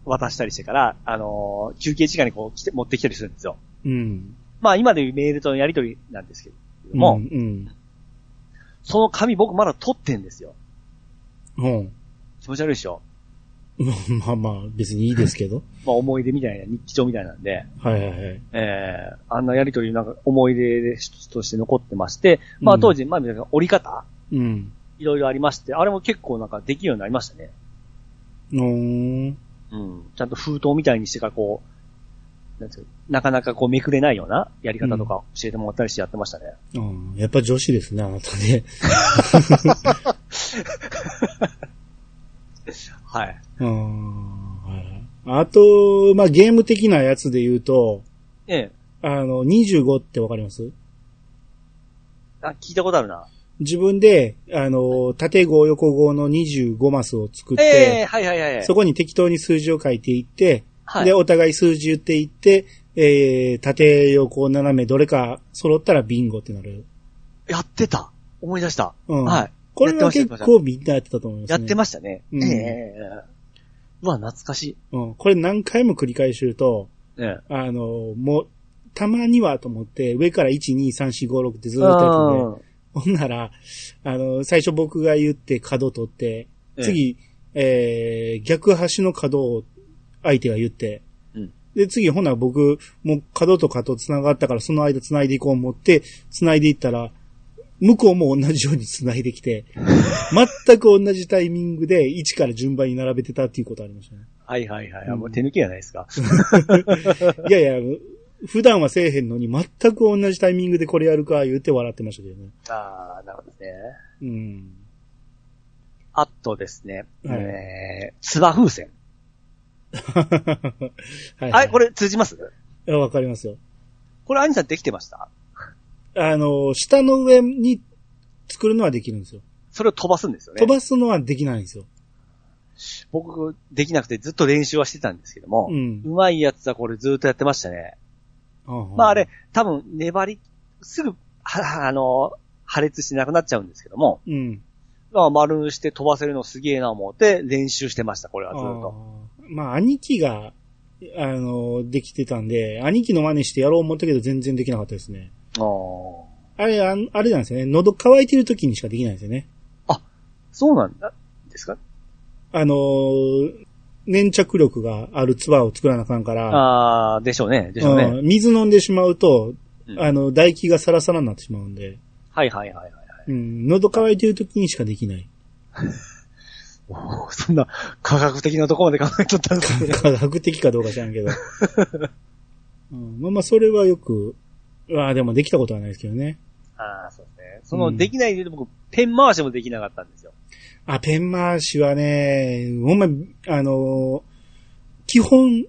S2: 渡したりしてから、あのー休憩時間にこう来て、持ってきたりするんですよ。
S1: うん。
S2: まあ今でいうメールとのやりとりなんですけれども、
S1: うん、うん。
S2: その紙僕まだ取ってんですよ。
S1: うん。
S2: 気持ち悪いでしょ。
S1: まあまあ、別にいいですけど。
S2: まあ思い出みたいな、日記帳みたいなんで、
S1: はいはいはい。
S2: えー、あんなやりとりなんか思い出として残ってまして、まあ当時、まあみたいな折り方
S1: うん。
S2: いろいろありまして、あれも結構なんかできるようになりましたね。
S1: のー
S2: うん。ちゃんと封筒みたいにしてからこう、なんていうなかなかこうめくれないようなやり方とか教えてもらったりしてやってましたね。
S1: うん、やっぱ女子ですね、あなた ね。
S2: はい。
S1: うんはいあと、まあ、ゲーム的なやつで言うと、
S2: ええ。
S1: あの、25ってわかります
S2: あ、聞いたことあるな。
S1: 自分で、あの、縦号横号の25マスを作っ
S2: ええ
S1: て、
S2: はいはいはいはい。
S1: そこに適当に数字を書いていって、
S2: はい
S1: で、お互い数字言っていって、えー、縦横斜めどれか揃ったらビンゴってなる。
S2: やってた。思い出した。
S1: うん。
S2: はい。
S1: これは結
S2: やってましたや
S1: 構みんなやってたと思いますね。
S2: やってましたね。
S1: うん
S2: ええええうわ、懐かしい。
S1: うん。これ何回も繰り返してると、
S2: ええ。
S1: あの、もう、たまにはと思って、上から1、2、3、4、5、6ってずっとやってたんで、
S2: あ
S1: ほんなら、あの、最初僕が言って角取って、
S2: ええ
S1: 次、えー、逆端の角を相手が言って、
S2: うん
S1: で、次、ほな僕、もう角と角繋がったから、その間繋いでいこう思って、繋いでいったら、向こうも同じように繋いでき て、全く同じタイミングで1から順番に並べてたっていうことありましたね。
S2: はいはいはい。
S1: うん
S2: もう手抜きじゃないですか。
S1: いやいや、普段はせえへんのに、全く同じタイミングでこれやるか、言って笑ってましたけどね。
S2: ああ、なるほどね。
S1: うん。
S2: あとですね、
S1: はい
S2: えー、つば風船。
S1: はい、
S2: あれ、これ通じます
S1: れ。わかりますよ。
S2: これ、アニさんできてました
S1: あの、下の上に作るのはできるんですよ。
S2: それを飛ばすんですよね。
S1: 飛ばすのはできないんですよ。
S2: 僕、できなくてずっと練習はしてたんですけども、
S1: う。
S2: うんまいやつはこれずっとやってましたね。ま
S1: ま
S2: ああれ、、多分粘り、すぐ、は、あの、破裂してなくなっちゃうんですけども、
S1: うん。
S2: まあ丸して飛ばせるのすげえな思って練習してました、これはずっと。
S1: あーまあ、兄貴が、あの、できてたんで、兄貴の真似してやろう思ったけど全然できなかったですね。
S2: ああ
S1: あれ、あんあれなんですよね。喉乾いてる時にしかできないんですよね。
S2: そうなんだですか
S1: あのー、粘着力があるツバを作らなあかんから、
S2: ああー、でしょうね、でしょうね。
S1: うん水飲んでしまうと、
S2: うん
S1: あの、唾液がサラサラになってしまうんで、
S2: はいはいはいはい。
S1: う ん、喉乾いてる時にしかできない。
S2: おーそんな科学的なところまで考えとったんです ね。
S1: 科学的かどうか知らんけ ど。うん、まあまあ、それはよく、ああ、でもできたことはないですけどね。
S2: ああ、そうですね。そ
S1: うん
S2: の、できないで言うと僕、ペン回しもできなかったんですよ。
S1: あ、ペン回しはね、ほんま、あのー基本、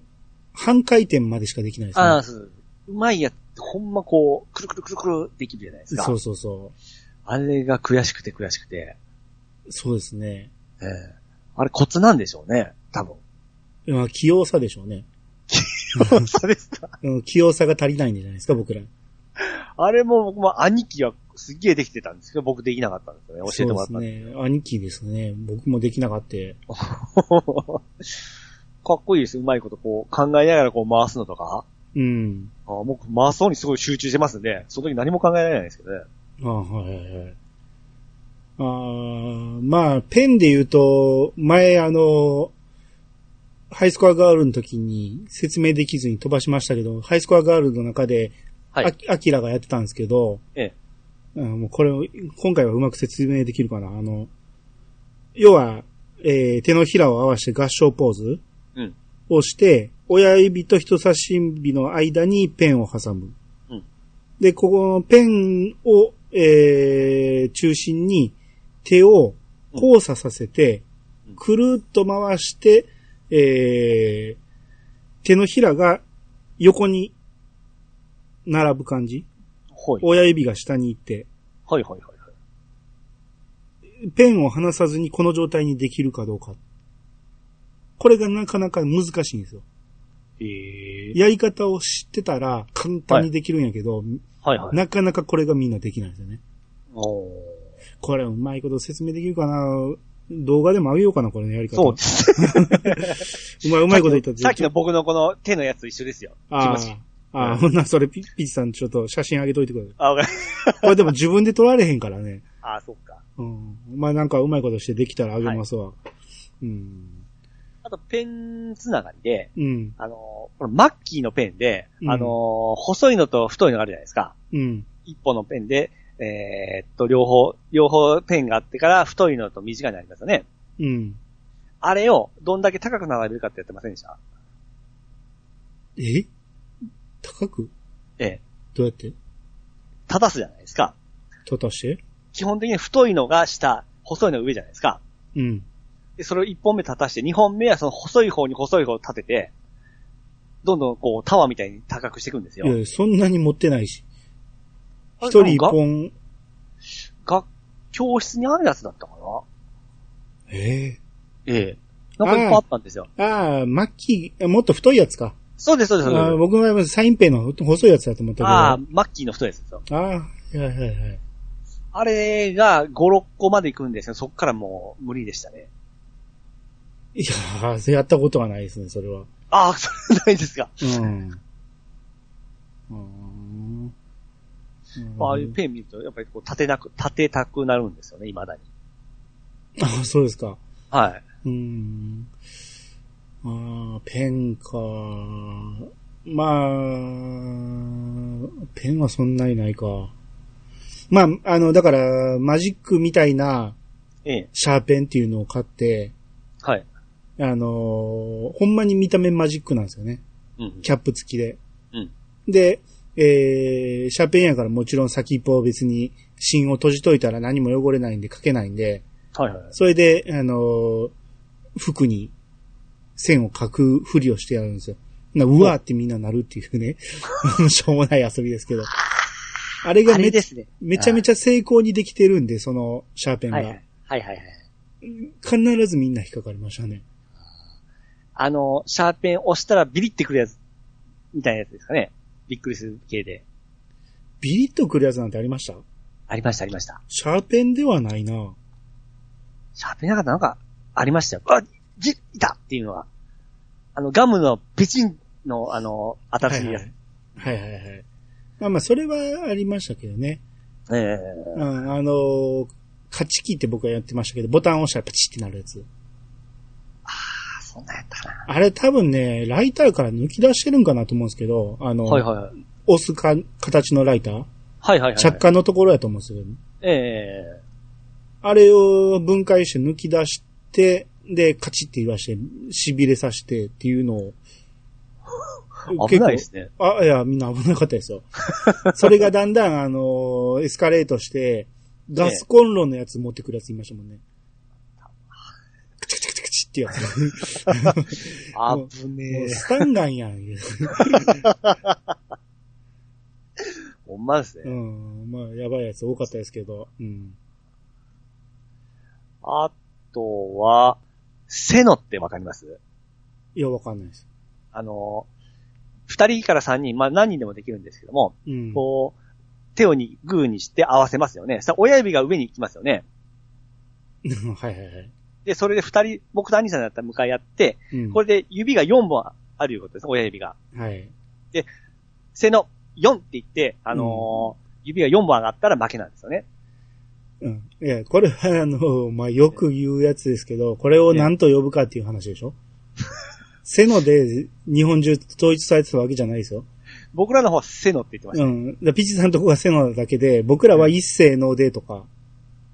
S1: 半回転までしかできないですね。
S2: ああ、そう。うまいやつ、ほんまこう、くるくるくるくるできるじゃないですか。
S1: そうそうそ
S2: あれが悔しくて悔しくて。
S1: う。そうですね。
S2: ええあれコツなんでしょうね。多分。
S1: まあ、器用さでしょうね。
S2: そうですか。
S1: うん、器用さが足りないんじゃないですか、僕ら。
S2: あれも僕も兄貴がすっげえできてたんですけど、僕できなかったんですよね。教えてもらったん
S1: そう
S2: で。
S1: ですね。兄貴ですね。僕もできなかった。
S2: かっこいいです。うまいことこう、考えながらこう回すのとか。
S1: うん。
S2: ああ僕回そうにすごい集中してますんで、その時何も考えられないですけどね。
S1: あはいはいはい。あーまあ、ペンで言うと、前あの、ハイスコアガールの時に説明できずに飛ばしましたけど、ハイスコアガールの中で、
S2: はい
S1: あきアキラがやってたんですけど、
S2: え
S1: うんもうこれを、今回はうまく説明できるかな。あの、要は、えー手のひらを合わせて合掌ポーズ
S2: うん
S1: をして、親指と人差し指の間にペンを挟む。
S2: うん
S1: で、ここのペンを、えー中心に手を交差させて、
S2: うん
S1: くるっと回して、えー手のひらが横に並ぶ感じ。
S2: はい。
S1: 親指が下に行って、
S2: はいはいはいはい。
S1: ペンを離さずにこの状態にできるかどうか。これがなかなか難しいんですよ。
S2: ええ
S1: やり方を知ってたら簡単にできるんやけど、
S2: はいはい。
S1: なかなかこれがみんなできないんですよね。
S2: おー
S1: これうまいこと説明できるかな動画でもあげようかな、これのやり方。
S2: そうです。
S1: うまい、うまいこと言った
S2: さっきの僕のこの手のやつ一緒ですよ。気
S1: あ
S2: 持ち。
S1: あ、ああ、ほんならそれピ、ピッチさんちょっと写真あげといてください。
S2: あ、わかり
S1: これでも自分で撮られへんからね。
S2: ああ、そっか。
S1: うん。まあなんかうまいことしてできたらあげますわ。うん。
S2: あと、ペンつながりで、
S1: うん。
S2: あのー、これマッキーのペンで、
S1: うん
S2: あのー、細いのと太いのがあるじゃないですか。
S1: うん。
S2: 一本のペンで、えーっと、両方、両方ペンがあってから太いのと短いのありますよね。
S1: うん。
S2: あれをどんだけ高く並べるかってやってませんでした
S1: え高く
S2: ええ。
S1: どうやって
S2: 立たすじゃないですか。
S1: 立たして
S2: 基本的に太いのが下、細いのが上じゃないですか。
S1: うん。
S2: で、それを一本目立たして、二本目はその細い方に細い方を立てて、どんどんこうタワーみたいに高くしていくんですよ。
S1: いや、そんなに持ってないし。
S2: あ
S1: 一人一。
S2: なんか
S1: 本、
S2: が、教室にあるやつだったかな
S1: え
S2: ええ。なんかいっぱいあったんですよ。
S1: えああ、マッキー、もっと太いやつか。
S2: そうです、そうです、そう
S1: あー
S2: です。
S1: 僕はサインペイの細いやつだと思ったけど。
S2: ああ
S1: あ
S2: ー、マッキーの太いやつですよ。
S1: あ、はいはいはい。
S2: あれが5、6個まで行くんですよ。そっからもう無理でしたね。
S1: いやーそれやったことはないですね、それは。
S2: あ あ、それないですか。
S1: うん。うん。
S2: まあ、ああいうペン見ると、やっぱりこう立てなく、立てたくなるんですよね、未だに。
S1: あそうですか。
S2: はい。
S1: うん。あーペンか。まあ、ペンはそんなにないか。まあ、あの、だから、マジックみたいな
S2: ええ。
S1: シャーペンっていうのを買って、
S2: はい。
S1: あのーほんまに見た目マジックなんですよね。
S2: うん。
S1: キャップ付きで。
S2: うん
S1: で、えー、シャーペンやからもちろん先っぽを別に芯を閉じといたら何も汚れないんで書けないんで、
S2: はいはいはい。
S1: それで、あのー服に線を書くふりをしてやるんですよ。なうわーってみんななるっていうね、 しょうもない遊びですけど。あれが
S2: あ
S1: め
S2: れですね。
S1: めちゃめちゃ成功にできてるんで、そのシャーペンが。
S2: はいはい。はいはいはい。
S1: 必ずみんな引っかかりましたね。
S2: あの、シャーペン押したらビリってくるやつ、みたいなやつですかね。びっくりする系で。
S1: ビリッとくるやつなんてありました
S2: ありました、ありました。
S1: シャーペンではないな。
S2: シャーペンなんかなんか、ありましたよ。あ、じ、いたっていうのは。あの、ガムのピチンの、あの、新しいやつ。
S1: はいはいはい。まあまあ、それはありましたけどね。
S2: ええ
S1: うん、あのー、カチキって僕はやってましたけど、ボタン押したらパチってなるやつ。
S2: あ、そんなんやったか
S1: あれ多分ね、ライターから抜き出してるんかなと思うんですけど、あの、
S2: な。はいはいはい。
S1: 押すか、形のライター
S2: はいはいはい。
S1: 着火のところやと思うんですけど、
S2: ええ
S1: あれを分解して抜き出して、で、カチって言わして、痺れさせてっていうのを。
S2: 危ないですね。
S1: あ、いや、みんな危なかった ですよ。それがだんだん、あのーエスカレートして、ガスコンロのやつ持ってくるやついましたもんね。カチカチカチカチってやつ。構
S2: 危
S1: も
S2: ね
S1: う
S2: え。
S1: スタンガンやん。いう
S2: ほんまです
S1: う
S2: ね。
S1: ん。まあ、やばいやつ多かったですけど。うん。
S2: あとは、セノってわかります
S1: いや、わかんないです。
S2: あの、二人から三人、まあ何人でもできるんですけども、
S1: うん。
S2: こう、手をに、グーにして合わせますよね。さ、親指が上に行きますよね。
S1: はいはいはい。
S2: で、それで二人、僕と兄さんだったら向かい合って、
S1: うん。
S2: これで指が4本あるいうことです、親指が。
S1: はい。
S2: 背の4って言って、あのー指が4本上がったら負けなんですよね。
S1: うん。いや、これは、あの、まあ、よく言うやつですけど、これを何と呼ぶかっていう話でしょセノで日本中統一されてたわけじゃないですよ。
S2: 僕らの方は背のって言ってまし
S1: う
S2: た。
S1: ん。だからピチさんとこがセノだけで、僕らは一斉のでとか、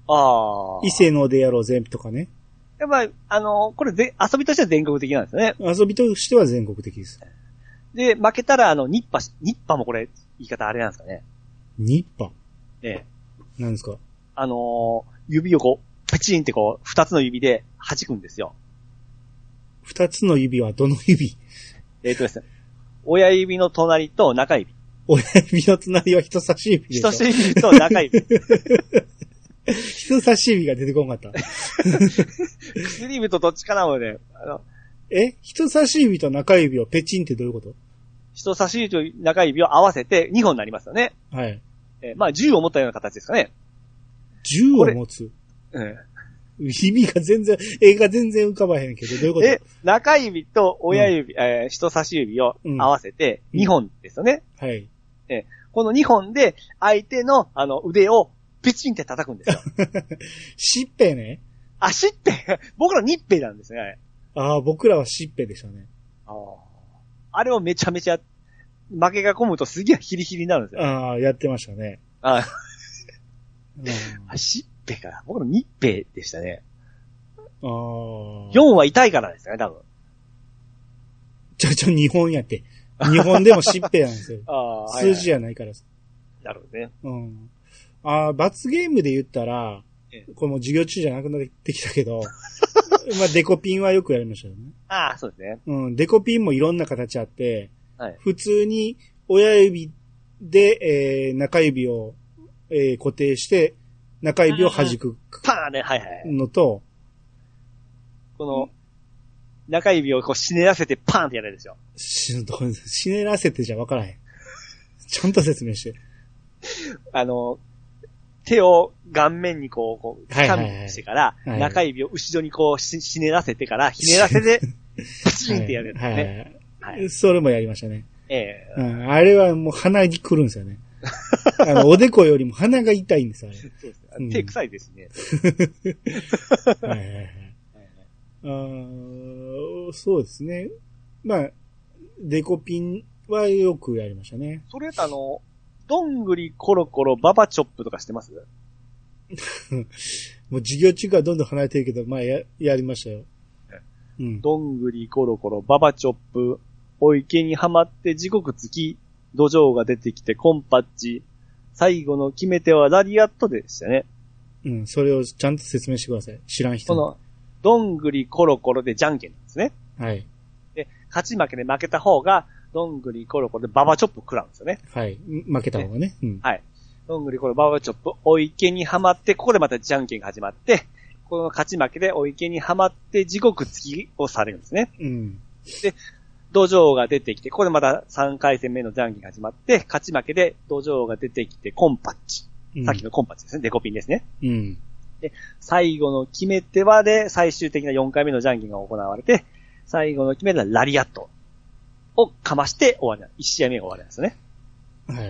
S2: ああ。
S1: 一斉のでやろう全部とかね。
S2: やっぱり、あのーこれぜ、遊びとしては全国的なんですよね。
S1: 遊びとしては全国的です。
S2: で、負けたら、あの、ニッパ、ニッパもこれ、言い方あれなんですかね。
S1: ニッパ
S2: ええ。
S1: なんですか
S2: あのー指をこう、ペチンってこう、二つの指で弾くんですよ。
S1: 二つの指はどの指
S2: えっ、とですね、親指の隣と中指。
S1: 親指のつなりは人差し指でしょ
S2: 人差し指と 中指。
S1: 人差し指が出てこな かった。
S2: 薬指とどっちかなもね、あの、
S1: え人差し指と中指をペチンってどういうこと
S2: 人差し指と中指を合わせて2本になりますよね。
S1: はい。
S2: えーまあ、銃を持ったような形ですかね。
S1: 銃を持つ。
S2: うん
S1: 意味が全然、絵が全然浮かばへんけど、どういうこと
S2: え、中指と親指、えー人差し指を合わせて
S1: うん
S2: 2本ですよね。
S1: はい。
S2: この2本で相手のあの腕をペチンって叩くんですよ。
S1: しっぺね。
S2: あ、しっぺ 僕ら日ぺなんですね、あれ。
S1: ああ、僕らはしっぺでしたね。
S2: あーあれをめちゃめちゃ、負けが込むとすげえヒリヒリになるんですよ。
S1: ああ、やってましたね。
S2: あ
S1: うん
S2: あ、しっぺか。僕ら日ぺでしたね。
S1: ああ。
S2: 4は痛いからですね、多分。。
S1: ちょちょ、日本やって。日本でもしっぺなんですよ
S2: あ
S1: 数字
S2: や。
S1: やないから。
S2: なるほどね。
S1: うん。ああ、罰ゲームで言ったら
S2: え、
S1: これもう授業中じゃなくなってきたけど、 まあ、デコピンはよくやりましたよね。
S2: ああ、そうですね。
S1: うん、デコピンもいろんな形あって、
S2: はい
S1: 普通に親指で、えー中指を、えー固定して、中指を弾く
S2: パーンね、はいはい。
S1: のと、
S2: この、中指をこう、しねらせてパーンってやるんですよ。
S1: しどうしねらせてじゃ分からへん。ちゃんと説明 して。
S2: あの、手を顔面にこう、こう、
S1: はい
S2: 掴
S1: はい
S2: み
S1: はい
S2: にしてから、
S1: はい
S2: 中指を後ろにこうし、しねらせてから、ひね らせて、パチンってやるんです
S1: はいはい
S2: ね。
S1: はい
S2: はい。
S1: それもやりましたね。
S2: ええ
S1: うん、あれはもう鼻に来るんですよ ね。あの、おでこよりも鼻が痛いんです、あ
S2: そうです
S1: うん
S2: ね。手臭いですね。
S1: れ。はいはいはいあーそうですね。まあ、デコピンはよくやりましたね。
S2: それとあの、どんぐりコロコロババチョップとかしてます
S1: もう授業中からどんどん離れてるけど、まあや、やりましたよ。うん。
S2: どんぐりコロコロババチョップ、お池にはまって地獄つき、土壌が出てきてコンパッチ、最後の決め手はラリアットでしたね。
S1: うん。それをちゃんと説明してください。知らん人
S2: こ
S1: に。
S2: の、どんぐりコロコロでじゃんけんなんですね。
S1: はい。
S2: で、勝ち負けで負けた方が、どんぐりコロコロでババチョップ食らうんですよね。
S1: はい。負けた方がね。うん。
S2: はい。どんぐりコロババチョップ、お池にはまって、ここでまたじゃんけんが始まって、この勝ち負けでお池にはまって地獄つきをされるんですね。
S1: うん。
S2: 土壌が出てきて、ここでまた3回戦目のジャンギが始まって、勝ち負けで土壌が出てきてコンパッチ。
S1: うん
S2: さっき。のコンパッチですね。デコピンですね。
S1: うん。
S2: 最後の決め手はで、最終的な4回目のジャンギが行われて、最後の決め手はラリアットをかまして終わりな、1試合目が終わりなんですよね。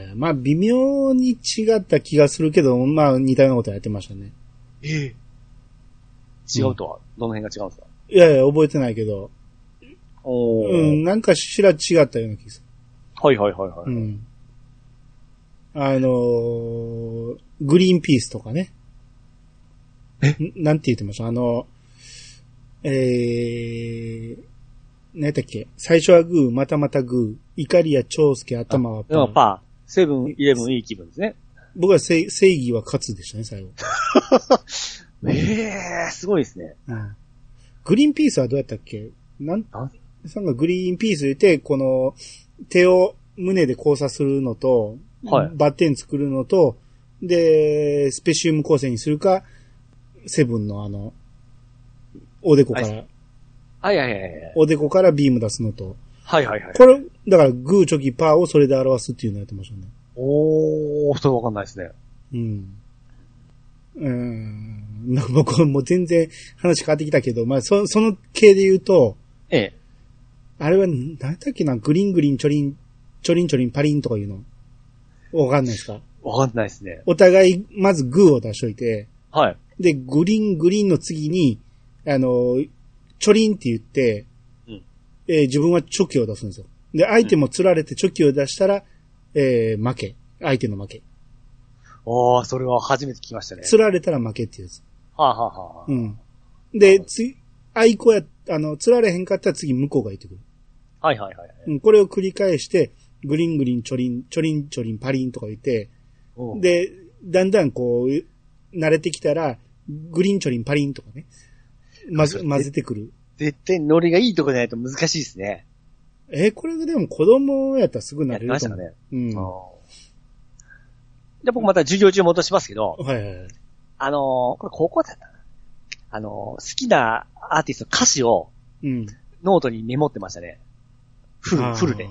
S1: はい。まあ、微妙に違った気がするけど、まあ、似たようなことやってましたね。
S2: ええ。違うとは、どの辺が違うんですか
S1: いやいや、覚えてないけど。
S2: お
S1: う
S2: ー
S1: ん。なんかしら違ったような気がする。
S2: はいはいはいは
S1: う
S2: い。
S1: ん。あのーグリーンピースとかね。えなんて言ってましたあの、えー、何やったっけ最初はグー、またまたグー、イカリア、長介、頭はパ
S2: でも
S1: ー。
S2: パー、セブン、イレブンいい気分ですね。
S1: 僕は正正義は勝つでしたね、最後。
S2: ええ、すごいですね。
S1: うんグリーンピースはどうやったっけなん
S2: なん、
S1: さんがグリーンピース言って、この、手を胸で交差するのと、
S2: はい
S1: バッテン作るのと、で、スペシウム構成にするか、セブンのあの、おでこから、
S2: ははいはいはいはい。
S1: おでこからビーム出すのと。
S2: はいはいはい。
S1: これ、だからグーチョキパーをそれで表すっていうのやってましたね。
S2: おー、それわかんないですね。
S1: うん。うーん。 なんか僕もう全然話変わってきたけど、まあ、そその系で言うと、
S2: ええ。
S1: あれは、なんだっけな、グリングリン、チョリン、チョリンチョリン、パリンとかいうの。わかんないですか
S2: わかんないですね。
S1: お互い、まずグーを出しといて、
S2: はい。
S1: で、グリングリンの次に、あの、チョリンって言って、
S2: うん
S1: えー自分はチョキを出すんですよ。で、相手も釣られてチョキを出したら、えー負け。相手の負け。
S2: おー、それは初めて聞きましたね。
S1: 釣られたら負けっていうやつ。
S2: はあ、はあはあ、
S1: うん。で、つ、相子や、あの、釣られへんかったら次向こうが言ってくる。
S2: はいはいはい。
S1: うん、これを繰り返して、グリングリン、チョリン、チョリン、チョリン、パリンとか言って、
S2: おー、
S1: で、だんだんこう、慣れてきたら、グリンチョリンパリンとかね、混ぜ
S2: それ
S1: 混ぜてくる。
S2: 絶対ノリがいいとこじゃないと難しいですね。
S1: えーこれでも子供やったらすぐ慣
S2: や
S1: れ
S2: って
S1: る
S2: まし
S1: と
S2: たか
S1: 思う。
S2: ね。
S1: うん。は
S2: おーじゃあ僕また授業中戻しますけど、
S1: いはいはい。
S2: あのー、これ高校だったかな。あのー、好きなアーティストの歌詞を
S1: うん。
S2: ノートにメモってましたね。フ
S1: あー
S2: ル、フルで。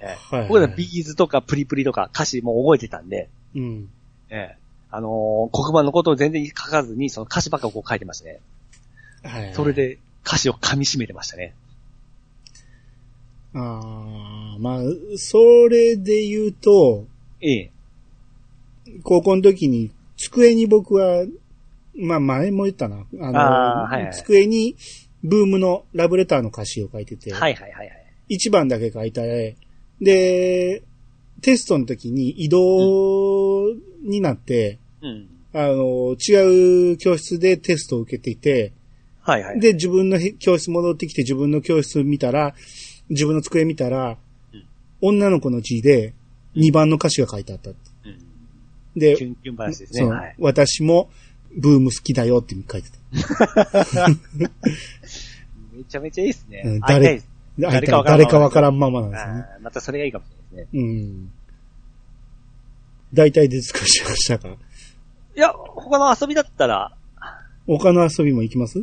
S2: え
S1: はいはい
S2: え僕らビーズとかプリプリとか歌詞も覚えてたんで、
S1: うん。
S2: ええあのー黒板のことを全然書かずに、その歌詞ばっかをこう書いてましたね。
S1: はいはい。
S2: それ。で歌詞を噛み締めてましたね。
S1: ああ、まあ、それで言うと、
S2: ええ。
S1: 高校の時に机に僕は、まあ前も言ったな。あの、
S2: あーはいはい
S1: 机にブームのラブレターの歌詞を書いてて、
S2: はいはいはいはい。
S1: 一番だけ書いた絵。で、テストの時に移動になって、
S2: うん。
S1: あの、違う教室でテストを受けていて、
S2: はいはい。
S1: で、自分のへ教室戻ってきて自分の教室見たら、自分の机見たら
S2: うん、
S1: 女の子の字で2番の歌詞が書いてあった。
S2: うん、
S1: で、
S2: キュンキュン話ですね。
S1: そう
S2: はい。
S1: 私もブーム好きだよって書いてた。
S2: めちゃめちゃいいですね。
S1: うん
S2: 会いたいです
S1: 誰
S2: 誰
S1: か
S2: か
S1: 誰かわ
S2: わ
S1: か
S2: から
S1: んままなんですよね。
S2: あーまたそれがいいかもしれないですね。
S1: うん。大体で尽くしましたか
S2: いや、他の遊びだったら、
S1: 他の遊びも行きます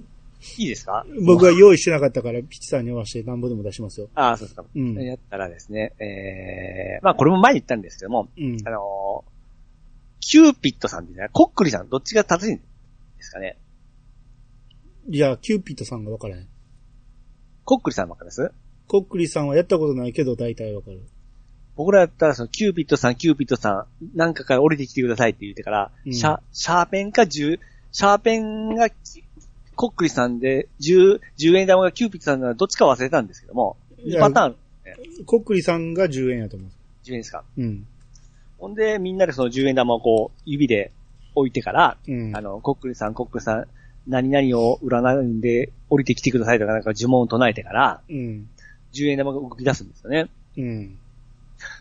S2: いいですか
S1: 僕は用意してなかったから、ピッチさんに合わせて何ぼでも出しますよ。
S2: ああ、そうですか。
S1: うん
S2: やったらですね、えー、まあこれも前に言ったんですけども、
S1: うん。
S2: あのーキューピットさんってね、コックリさん、どっちが正しいんですかね
S1: いや、キューピットさんがわからへん。
S2: コックリさんばっかりです
S1: コックリさんはやったことないけど、大体わかる。
S2: 僕らやったら、その、キューピットさん、キューピットさん、なんかから降りてきてくださいって言ってから、
S1: うん
S2: シャ、シャーペンか10、シャーペンが、コックリさんで、10、10円玉がキューピットさんならどっちか忘れたんですけども、
S1: いや
S2: パターン、
S1: コックリさんが10円やと思う。
S2: 10円ですか。
S1: うん。
S2: ほんで、みんなでその10円玉をこう、指で置いてから、
S1: うん。
S2: あの、コックリさん、コックリさん、何々を占うんで、降りてきてくださいとか、なんか呪文を唱えてから、
S1: うん。
S2: 10円玉が動き出すんですよね。
S1: うん。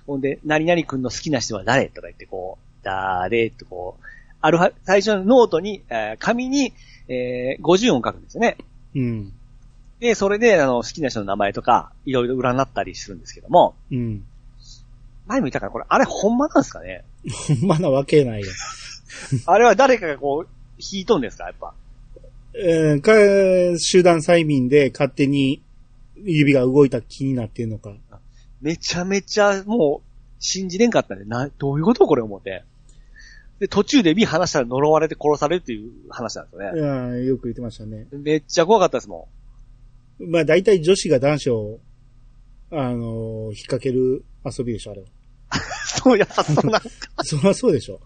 S2: ほんで、何々くんの好きな人は誰とか言って、こう、誰ってこう、あるは、最初のノートに、えー紙に、えー50音書くんですよね。
S1: うん。
S2: で、それで、あの、好きな人の名前とか、いろいろ占ったりするんですけども、
S1: うん。
S2: 前も言ったから、これ、あれ、ほんまなんですか ね
S1: ほんまなわけないよ。
S2: あれは誰かがこう、引いとんですかやっぱ。
S1: うん、か、集団催眠で勝手に指が動いた気になってんのか。
S2: めちゃめちゃ、もう、信じれんかったね。な、どういうことこれ思って。で、途中で見離したら呪われて殺されるっていう話なんですよね。
S1: うん、よく言ってましたね。
S2: めっちゃ怖かったですも
S1: まあ大体女子が男子を、あのー引っ掛ける遊びでしょ、あれは。
S2: ん。 そう、やっぱそんな
S1: そりゃそうでしょ。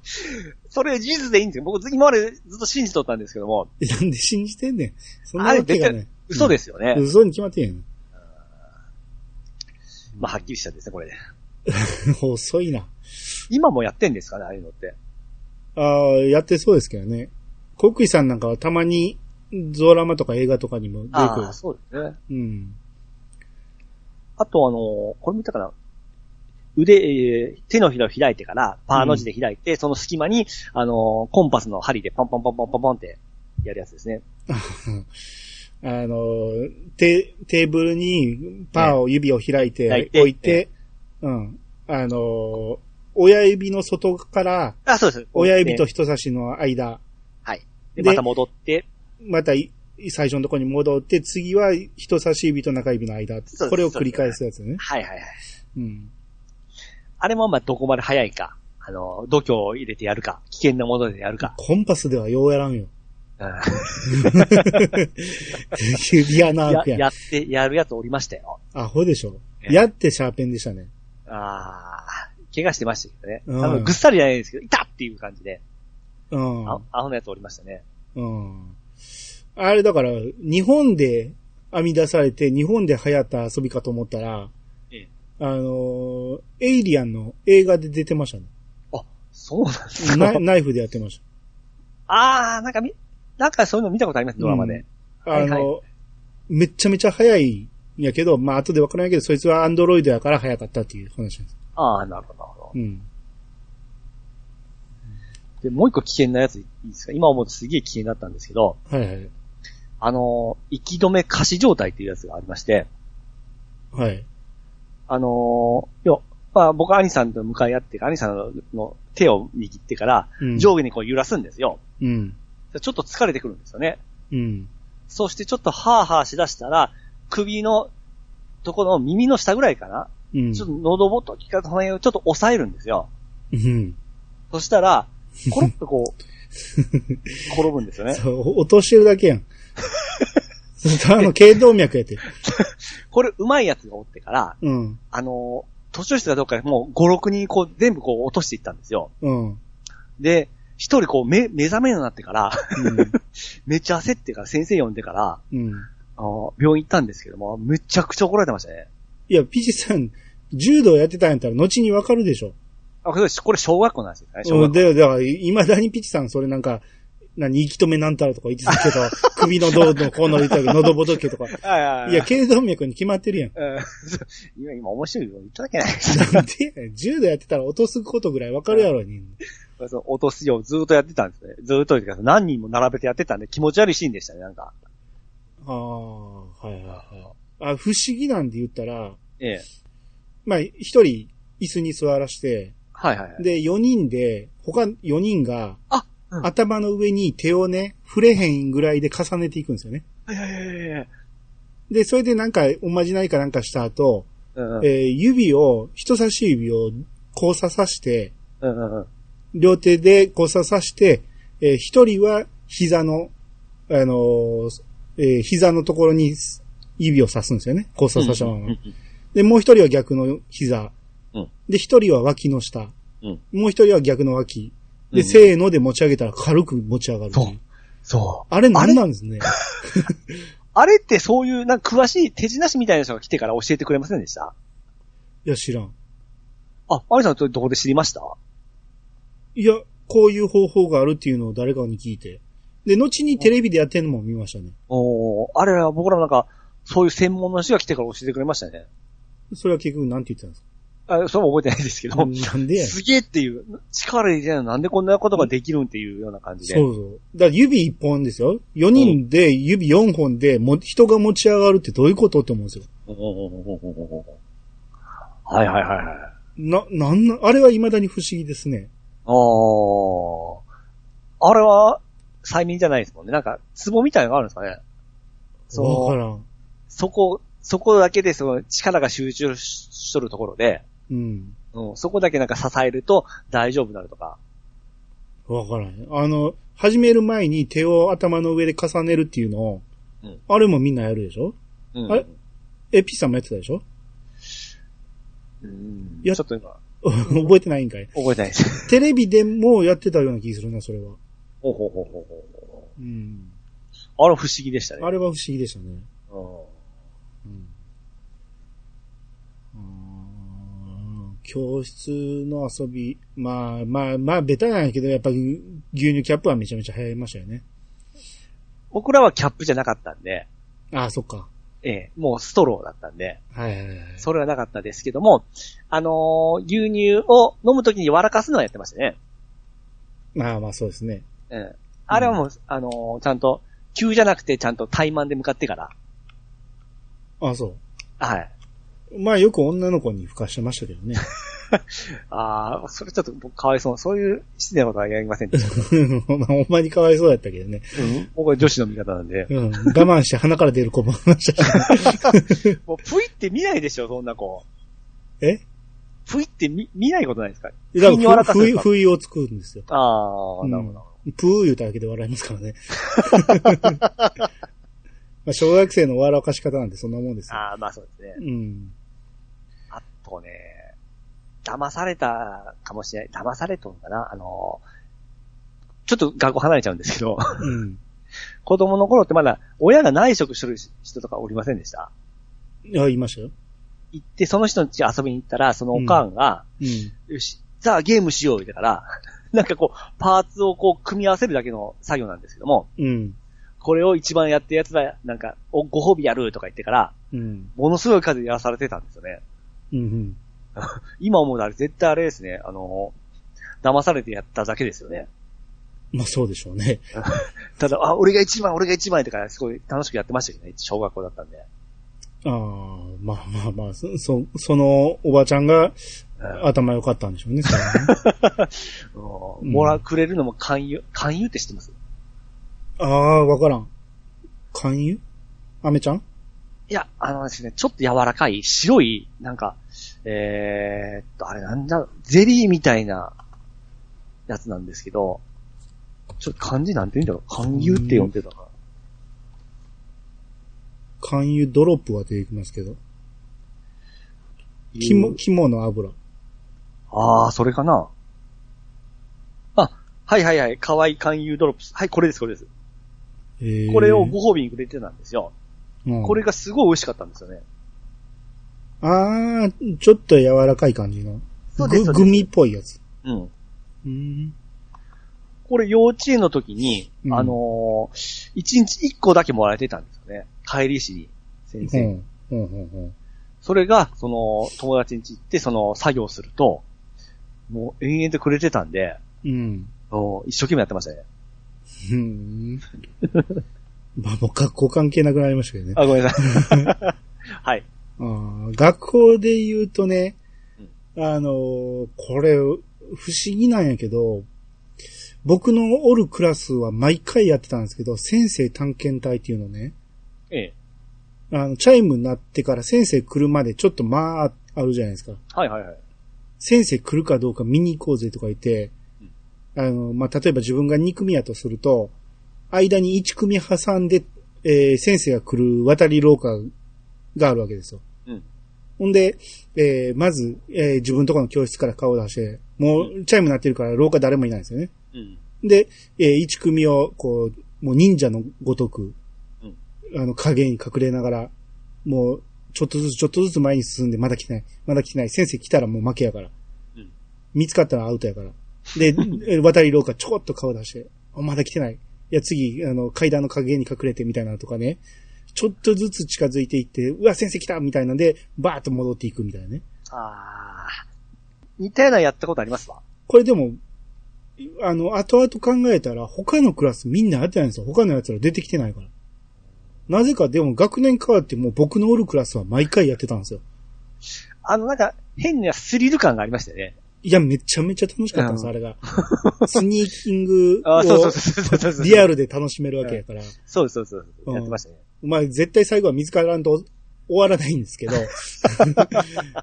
S2: それ事実でいいんですよ。僕、今までずっと信じとったんですけども、
S1: えなんで信じてんねん。そんなわけがない。
S2: 嘘ですよね。
S1: 嘘に決まってん
S2: まあ、はっきりしたんですね、これで。
S1: やん。 遅いな。
S2: 今もやってんですかね、ああいうのって。
S1: ああ、やってそうですけどね。コックイさんなんかはたまに、ゾーラマとか映画とかにも出てく
S2: あ
S1: る
S2: あ、。そうですね。
S1: うん。
S2: あと、あのーこれ見たかな。腕、えー手のひらを開いてから、パーの字で開いて、その隙間に、あのーコンパスの針でパンパンパンパンパンパンってやるやつですね。
S1: あの、テテーブルにパーを指を開い
S2: 開
S1: て
S2: いて
S1: 置いて、うん。あの、親指の外から
S2: あ、そうです。
S1: 親指と
S2: で。
S1: 人差しの間、
S2: で
S1: で
S2: また戻って、
S1: またい最初のところに戻って、次は人差し指と中指の間
S2: す。
S1: これを繰り返すやつね。
S2: はいはいはい。
S1: うん。
S2: あれもまあ、どこまで早いか、あのー度胸を入れてやるか、危険なものでやるか。
S1: コンパスではようやらんよ。
S2: うん
S1: 指穴開
S2: や
S1: くやん。
S2: やって、やるやつおりましたよ。
S1: アホでしょ。
S2: ええ
S1: やってシャーペンでしたね。
S2: ああ、怪我してましたけどね。
S1: うん
S2: あのぐっさりじゃないですけど、痛っっていう感じで、
S1: うん。
S2: あアホのやつおりましたね。
S1: うん。あれだから、日本で編み出されて、日本で流行った遊びかと思ったら、
S2: ええ
S1: あのーエイリアンの映画で出てましたね。
S2: そうなんです
S1: ナ
S2: か。
S1: イナイフでやってまし
S2: ああ、なんかみ、なんかそういうの見たことあります、ドラマで。
S1: た。あのー
S2: はい
S1: めっちゃめちゃ早いんやけど、まあ後でわからないけど、そいつはアンドロイドやから早かったっていう話なんです。
S2: ああ、なるほど、なるほ
S1: うん。
S2: ど。で、もう一個危険なやついいですか今思うとすげえ危険だったんですけど、
S1: はいはい。
S2: あのー、息止め仮死状態っていうやつがありまして、
S1: はい。
S2: あのー、要は、まあ僕は兄さんと向かい合って、兄さんのの手を握ってから、
S1: うん。
S2: 上下にこう揺らすんですよ。
S1: うん。
S2: ちょっと疲れてくるんですよね。
S1: うん。
S2: そしてちょっとハーハーしだしたら、首のとこの耳の下ぐらいかな、
S1: うん。
S2: ちょっと喉元きかの辺をちょっと押さえるんですよ。
S1: うん。
S2: そしたら、コロッとこ う、転ぶんですよね。
S1: そう、落としてるだ けやん。それとあの、頸動脈やって。
S2: これ上手いやつがおってから、
S1: うん。
S2: あのー、図書室かどっかでもう5、6人こう全部こう落としていったんですよ。
S1: うん。
S2: で、一人こう目、目覚めるようになってから、
S1: うん
S2: めっちゃ焦ってから、先生呼んでから、
S1: うん。
S2: あの病院行ったんですけども、めちゃくちゃ怒られてましたね。
S1: いや、ピチさん、柔道やってたんやったら後にわかるでしょ。
S2: あ、これ、これ小学校なんですよね、小
S1: う
S2: 学
S1: ん、
S2: 校。
S1: で、だから、いまだにピチさんそれなんか、何、息止めなんたらとか言ってたけ ど、首のどうのこうの言ったけど、喉仏けとか。
S2: ああ
S1: いや、頸動脈に決まって るやん。
S2: うん そう今、今面白いこと言っただけない です
S1: なんでやねん柔道やってたら落とすことぐらいわかるやろに。
S2: そう落とすようずっとやってたんですね。ずっとっていうか何人も並べてやってたんで気持ち悪いシーンでしたね、なんか。
S1: ああ、はいはいはい。あ、不思議なんで言ったら、
S2: ええ。
S1: まあ、一人椅子に座らして、
S2: はいはいはい。
S1: で、4人で、他4人が、
S2: あうん
S1: 頭の上に手をね、触れへんぐらいで重ねていくんですよね。
S2: はいはいはいはい。
S1: で、それでなんか、おまじないかなんかした後、
S2: うんうん
S1: えー指を、人差し指を交差さして、
S2: うんうんうん。
S1: 両手で交差さして、えー一人は膝の、あのーえー膝のところに指を刺すんですよね。交差させたまま。
S2: うんうん
S1: で、もう一人は逆の膝。
S2: うん
S1: で、一人は脇の下。
S2: うん
S1: もう一人は逆の脇。
S2: うん
S1: で、
S2: うん
S1: せーので持ち上げたら軽く持ち上がるってい
S2: そうそう。
S1: あれ何なんですね。
S2: あれってそういう、なんか詳しい手品師みたいな人が来てから教えてくれませんでした
S1: いや、知らん。
S2: あ、アリさんとどこで知りました
S1: いや、こういう方法があるっていうのを誰かに聞いて。で、後にテレビでやってるのも見ましたね。
S2: おおあれは僕らもなんか、そういう専門の人が来てから教えてくれましたね。
S1: それは結局なんて言ってたんです
S2: あ、それも覚えてないですけ
S1: か
S2: ど、
S1: なんでやねん
S2: すげえっていう、力入れてないのなんでこんなことができるんっていうような感じで。
S1: そうそう。だから指一本ですよ。4人で指4本でも人が持ち上がるってどういうことって思うんですよ。
S2: はいはいはいはい。
S1: な、なんな、あれは未だに不思議ですね。
S2: あー。あれは、催眠じゃないですもんね。なんか、壺みたいなのがあるんですかね。
S1: わか
S2: そう、
S1: らん。
S2: そこ、そこだけでその力が集中ししとるところで、
S1: うん。
S2: うん、そこだけなんか支えると大丈夫になるとか。
S1: わからん。あの、始める前に手を頭の上で重ねるっていうのを、
S2: うん
S1: あれもみんなやるでしょ
S2: うん、
S1: あれえ、ピッさんもやってたでしょ
S2: うん。
S1: いや
S2: ちょっと今、
S1: 覚えてないんかい。
S2: 覚えてない です。
S1: テレビでもやってたような気するな、それは。
S2: ほうほうほうほうほ
S1: うん。
S2: うあれ不思議でしたね。
S1: あれは不思議でしたね。
S2: うん
S1: うん。あー教室の遊び、まあまあまあ、ベタなんやけど、やっぱり牛乳キャップはめちゃめちゃ流行りましたよね。
S2: 僕らはキャップじゃなかったんで、
S1: ああ、そっか。
S2: ええ、もうストローだったんで、
S1: はいはいはい。
S2: それはなかったですけども、あのー牛乳を飲むときに笑かすのはやってましたね。
S1: まあまあ、そうですね。
S2: うん。あれはもう、あのーちゃんと、急じゃなくて、ちゃんと怠慢で向かってから。
S1: ああ、そう。
S2: はい。
S1: まあよく女の子に吹かしてましたけどね。
S2: ああ、それちょっと僕かわいそう。そういう失礼なことはやりませんでした。
S1: まあほんまにかわいそうやったけどね。
S2: うん。僕は女子の味方なんで。
S1: うん。我慢して鼻から出る子もいましたし。
S2: もう、ぷいって見ないでしょ、そんな子。
S1: え
S2: ぷいって見、見ないことないですか
S1: だ
S2: 急に笑
S1: か、
S2: からせ
S1: 不
S2: る
S1: 意、
S2: か
S1: 不意を作るんですよ。
S2: ああ、なるほど。
S1: プー言うただけで笑いますからね。 まあ小学生の笑かし方なんてそんなもんですよ。
S2: ああ、まあそうです
S1: う
S2: ね。
S1: ん。
S2: あとね、騙されたかもしれない。騙されとんかなあのーちょっと学校離れちゃうんですけど、
S1: うん。
S2: 子供の頃ってまだ親が内職してる人とかおりませんでした
S1: いや、言いましたよ。
S2: 行って、その人の家遊びに行ったら、そのおかんが、
S1: うん。
S2: よし、さあゲームしよう、言うてから、 なんかこう、パーツをこう、組み合わせるだけの作業なんですけども、
S1: うん。
S2: これを一番やってるやつだ、なんか、おご褒美やるとか言ってから、
S1: うん。
S2: ものすごい数やらされてたんですよね。
S1: うん。
S2: 今思うとあれ、絶対あれですね、あの、騙されてやっただけですよね。
S1: まあそうでしょうね。
S2: ただ、あ、俺が一番、俺が一番とか、すごい楽しくやってましたけどね、小学校だったんで。
S1: ああ、まあまあまあ、そ、そそのおばちゃんが
S2: うん
S1: 頭良かったんでしょうね。それはね
S2: うんもら、くれるのも勧誘、勧誘って知ってます
S1: ああ、わからん。勧誘アメちゃん
S2: いや、あのですね、ちょっと柔らかい、白い、なんか、えー、っと、あれなんだ、ゼリーみたいな、やつなんですけど、ちょっと漢字なんて言うんだろう漢字って呼んでたかな。
S1: 勧誘ドロップは出てきますけど。肝、肝の油。
S2: ああ、それかなあ、はいはいはい、可愛い勧誘ドロップス。はい、これです、これです。
S1: えー
S2: これをご褒美にくれてたんですよ。
S1: うん
S2: これがすごい美味しかったんですよね。
S1: あー、ちょっと柔らかい感じの。
S2: そうです
S1: ぐ
S2: そうです
S1: グミっぽいやつ。
S2: うん。
S1: うん。
S2: これ幼稚園の時に、
S1: うん
S2: あのー、1日1個だけもらえてたんですよね。帰りしに、先
S1: う
S2: 生に。
S1: ん。うん、うん、
S2: それが、その、友達ん家行って、その、作業すると、もう延々とくれてたんで、
S1: うん。うん。
S2: もう一生懸命やってま したね。
S1: うん。まあもう学校関係なくなりましたけどね。
S2: あ、ごめんなさい。 はい。
S1: あー学校で言うとね、あのーこれ、不思議なんやけど、僕のおるクラスは毎回やってたんですけど、先生探検隊っていうのね、
S2: ええ。
S1: あの、チャイムになってから先生来るまでちょっとまあ、あるじゃないですか。
S2: はいはいはい。
S1: 先生来るかどうか見に行こうぜとか言って、あの、まあ、例えば自分が2組やとすると、間に1組挟んで、えー先生が来る渡り廊下があるわけですよ。
S2: うん。
S1: ほんで、えーまず、えー自分とこの教室から顔を出して、もう、チャイム鳴ってるから廊下誰もいないんですよね。
S2: うん。
S1: で、え1組を、こう、もう忍者のごとく、
S2: うん
S1: あの、影に隠れながら、もう、ちょっとずつちょっとずつ前に進んで、まだ来てない、まだ来てない、先生来たらもう負けやから。
S2: うん
S1: 見つかったらアウトやから。 で、え渡り廊下ちょこっと顔出して、あまだ来てない。いや、次、あの、階段の影に隠れてみたいなのとかね。ちょっとずつ近づいていって、うわ、先生来たみたいなんで、バーッと戻っていくみたいなね。
S2: あー。似たようなやったことありますわ。
S1: これでも、あの、後々考えたら、他のクラスみんなやってないんですよ。他の奴ら出てきてないから。なぜか、でも学年変わってもう僕のおるクラスは毎回やってたんですよ。
S2: あの、なんか、変なスリル感がありましたよね。
S1: いや、めちゃめちゃ楽しかったんです、
S2: うん
S1: あれが。スニーキング
S2: あーそうそう
S1: を
S2: そうそうそうそう。
S1: リアルで楽しめるわけやから。
S2: そうですそうですそうです。
S1: うん
S2: やってましたね。
S1: まあ、絶対最後は見つからんと終わらないんです けど、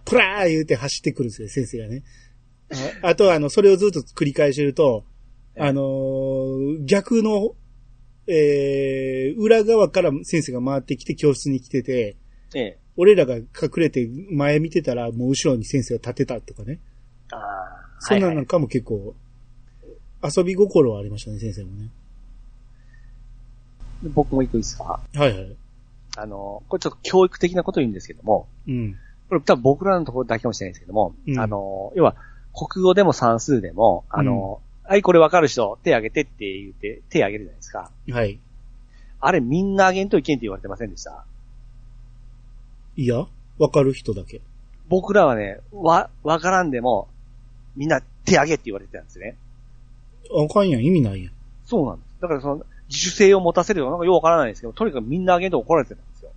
S1: プラー言うて走ってくるんですよ、先生がね。ああとは、あの、それをずっと繰り返してると、あのー逆の、えー、裏側から先生が回ってきて教室に来てて、
S2: ええ。
S1: 俺らが隠れて前見てたら、もう後ろに先生を立てたとかね。
S2: あー。
S1: そんな
S2: は
S1: んな
S2: いはい
S1: んかも結構、遊び心はありましたね、先生もね。
S2: 僕も一個いいですか
S1: はいはい。
S2: あの、これちょっと教育的なこと言うんですけども、
S1: うん。
S2: これ多分僕らのところだけかもしれないですけども、
S1: うん
S2: あの、要は、国語でも算数でも、あの、はい、これわかる人、手挙げてって言って、手挙げるじゃないですか。
S1: はい。
S2: あれみんな挙げんといけんって言われてませんでした
S1: いや、わかる人だけ。
S2: 僕らはね、わ、わからんでも、みんな手挙げって言われてたんですね。
S1: あかんやん、意味ないやん。
S2: そうなんです。だからその、自主性を持たせるような、なんかようわからないんですけど、とにかくみんな挙げんと怒られてたんですよ。